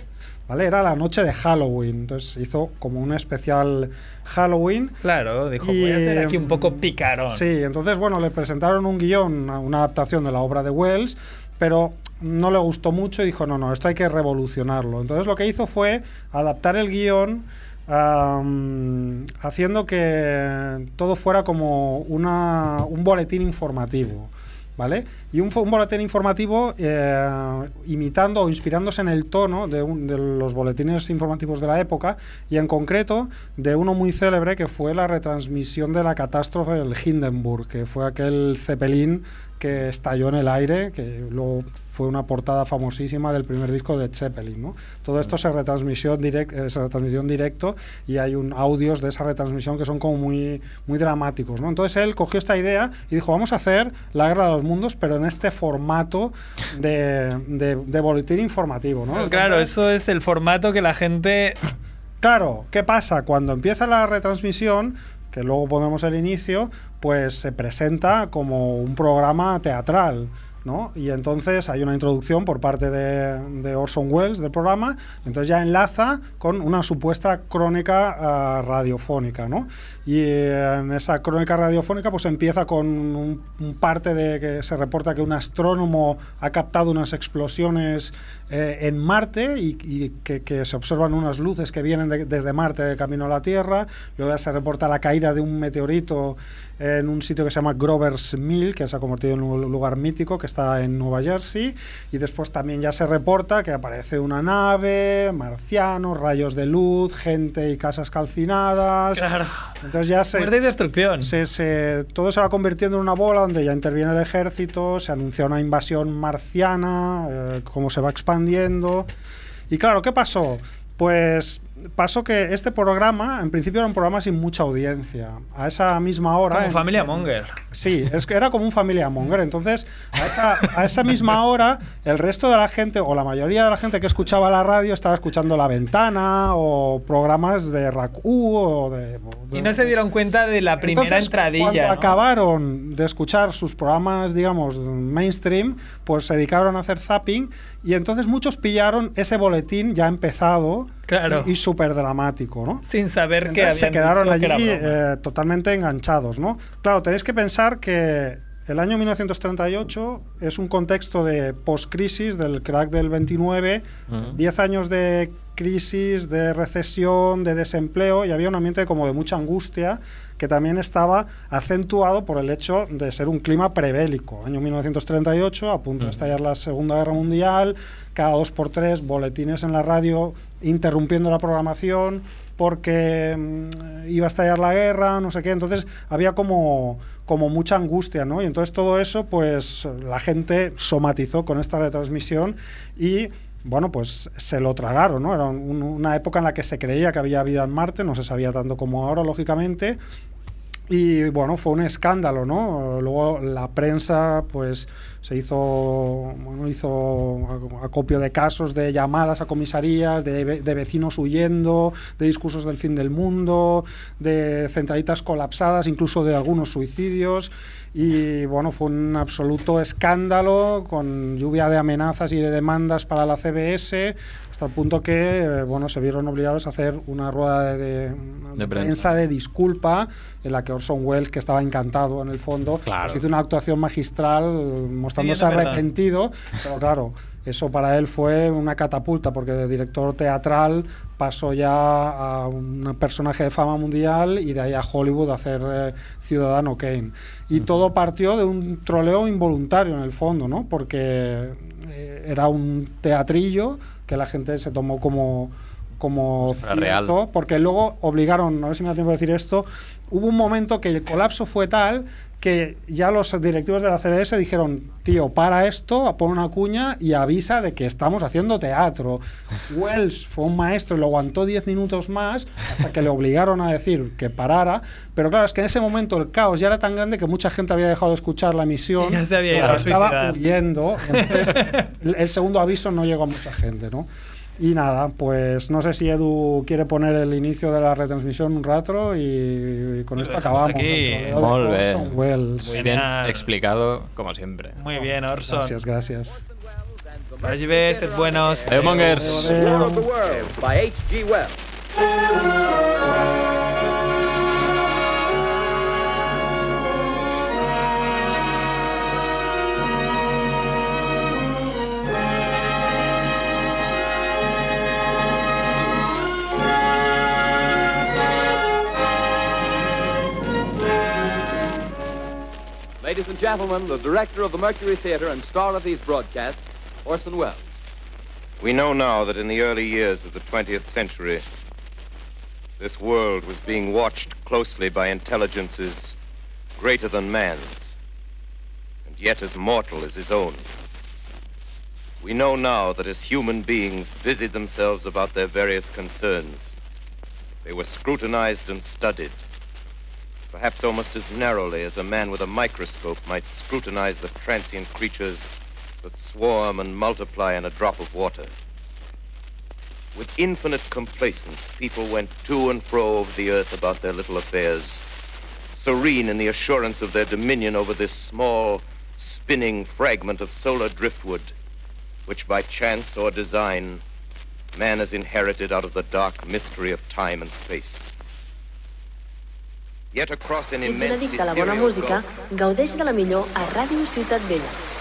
A: ¿Vale? Era la noche de Halloween, entonces hizo como un especial Halloween
D: Claro, dijo,
A: Y,
D: voy a ser aquí
A: mm,
D: un poco picarón.
A: Sí, entonces, bueno, le presentaron un guión, una- una adaptación de la obra de Wells, pero no le gustó mucho y dijo, no, no, esto hay que revolucionarlo. Entonces lo que hizo fue adaptar el guión am, haciendo que todo fuera como una- un boletín informativo. ¿Vale? Y un, fo- un boletín informativo eh, imitando o inspirándose en el tono de, un- de los boletines informativos de la época y en concreto de uno muy célebre que fue la retransmisión de la catástrofe del Hindenburg, que fue aquel cepelín que estalló en el aire, que luego fue una portada famosísima del primer disco de Zeppelin. ¿no? Todo esto se retransmitió, en direct, eh, se retransmitió en directo y hay un audios de esa retransmisión que son como muy, muy dramáticos. ¿no? Entonces él cogió esta idea y dijo, vamos a hacer La Guerra de los Mundos, pero en este formato de, de- de boletín informativo. ¿no?
D: Pues Claro, eso es el formato que la gente.
A: Claro, ¿qué pasa? Cuando empieza la retransmisión, que luego ponemos el inicio, pues se presenta como un programa teatral. ¿no? Y entonces hay una introducción por parte de, de Orson Welles del programa, entonces ya enlaza con una supuesta crónica ah, radiofónica. ¿no? Y eh, en esa crónica radiofónica pues empieza con un, un parte de que se reporta que un astrónomo ha captado unas explosiones eh, en Marte y, y que, que se observan unas luces que vienen de- desde Marte de camino a la Tierra. Luego ya se reporta la caída de un meteorito en un sitio que se llama Grover's Mill, que se ha convertido en un lugar mítico que está en Nueva Jersey. Y después también ya se reporta que aparece una nave, marcianos, rayos de luz, gente y casas calcinadas.
D: Claro. Pues
A: Entonces ya se.
D: Muerte y destrucción.
A: Se, se- todo se va convirtiendo en una bola donde ya interviene el ejército, se anuncia una invasión marciana, eh, cómo se va expandiendo. Y claro, ¿qué pasó? Pues pasó que este programa, en principio era un programa sin mucha audiencia. A esa misma hora.
D: Como
A: en-
D: familia
A: en-
D: Monger.
A: Sí, es que era como un familia monger. Entonces, a esa, a esa misma hora, el resto de la gente, o la mayoría de la gente que escuchaba la radio, estaba escuchando La Ventana, o programas de rack o de
D: Y no se dieron cuenta de la primera
A: entonces, Cuando
D: entradilla. ¿no?
A: acabaron de escuchar sus programas, digamos, mainstream, pues se dedicaron a hacer zapping y entonces muchos pillaron ese boletín ya empezado
D: Claro.
A: y, súper dramático, ¿no?
D: Sin saber que
A: Entonces se
D: habían
A: quedaron
D: dicho que
A: allí
D: era broma.
A: eh, totalmente enganchados, ¿no? Claro, tenéis que pensar que el año 1938 es un contexto de post-crisis del crack del 29, 10 años de crisis, de recesión, de desempleo y había un ambiente como de mucha angustia que también estaba acentuado por el hecho de ser un clima prebélico. Año 1938, a punto de estallar la Segunda Guerra Mundial, cada dos por tres boletines en la radio interrumpiendo la programación porque mm, iba a estallar la guerra, no sé qué. Entonces había como, como mucha angustia, ¿no? Y entonces todo eso, pues la gente somatizó con esta retransmisión y bueno, pues se lo tragaron, ¿no? Era un- una época en la que se creía que había vida en Marte, no se sabía tanto como ahora, lógicamente. Y bueno, fue un escándalo, ¿no? Luego la prensa, pues, se hizo, bueno, hizo acopio de casos de llamadas a comisarías, de, ve- de vecinos huyendo, de discursos del fin del mundo, de centralitas colapsadas, incluso de algunos suicidios. Y bueno, fue un absoluto escándalo con lluvia de amenazas y de demandas para la CBS, hasta el punto que, eh, bueno, se vieron obligados a hacer una rueda de, de- de
B: prensa.
A: prensa de disculpa en la que Orson Welles, que estaba encantado en el fondo,
B: Claro.
A: pues hizo una actuación magistral eh, mostrándose
D: Pidiendo perdón.
A: arrepentido, pero claro, eso para él fue una catapulta porque de director teatral pasó ya a un personaje de fama mundial y de ahí a Hollywood a hacer eh, Ciudadano Kane. Y todo partió de un troleo involuntario en el fondo, ¿no? Porque eh, era un teatrillo que la gente se tomó como como
B: fuera real.
A: cierto, porque luego obligaron, a ver si me da tiempo de decir esto, hubo un momento que el colapso fue tal que ya los directivos de la CBS dijeron, tío, para esto, pon una cuña y avisa de que estamos haciendo teatro. Wells fue un maestro y lo aguantó 10 minutos más hasta que le obligaron a decir que parara. Pero claro, es que en ese momento el caos ya era tan grande que mucha gente había dejado de escuchar la emisión.
D: Y ya se había ido
A: porque
D: a
A: estaba
D: suicidar.
A: huyendo. Entonces, el- el segundo aviso no llegó a mucha gente, ¿no? Y nada, pues no sé si Edu quiere poner el inicio de la retransmisión un rato y, y con
D: Lo
A: esto
D: dejamos
A: acabamos.
D: aquí.
A: El troleo de
B: Molt bé.
A: Orson Welles.
B: Muy bien
D: Genial.
B: explicado, como siempre.
D: Muy bien, Orson.
A: Gracias, gracias.
D: Que vagi bé, sed buenos.
B: Adéu, mongers.
A: Adéu.
K: World by H.G. Wells. Ladies and gentlemen, the director of the Mercury Theater and star of these broadcasts, Orson Welles.
L: We know now that in the early years of the 20th century, this world was being watched closely by intelligences greater than man's. And
C: yet as mortal as his own. We know now that as human beings busied themselves about their various concerns, they were scrutinized and studied, perhaps almost as narrowly as a man with a microscope might scrutinize the transient creatures that swarm and multiply in a drop of water. With infinite complacence, people went to and fro over the earth about their little affairs, serene in the assurance of their dominion over this small, spinning fragment of solar driftwood, which by chance or design, man has inherited out of the dark mystery of time and space. Yet across an
F: Si ets un
C: immense
F: addicte a la bona
C: ethereal
F: música,
C: globe-
F: gaudeix de la millor a Ràdio Ciutat Vella.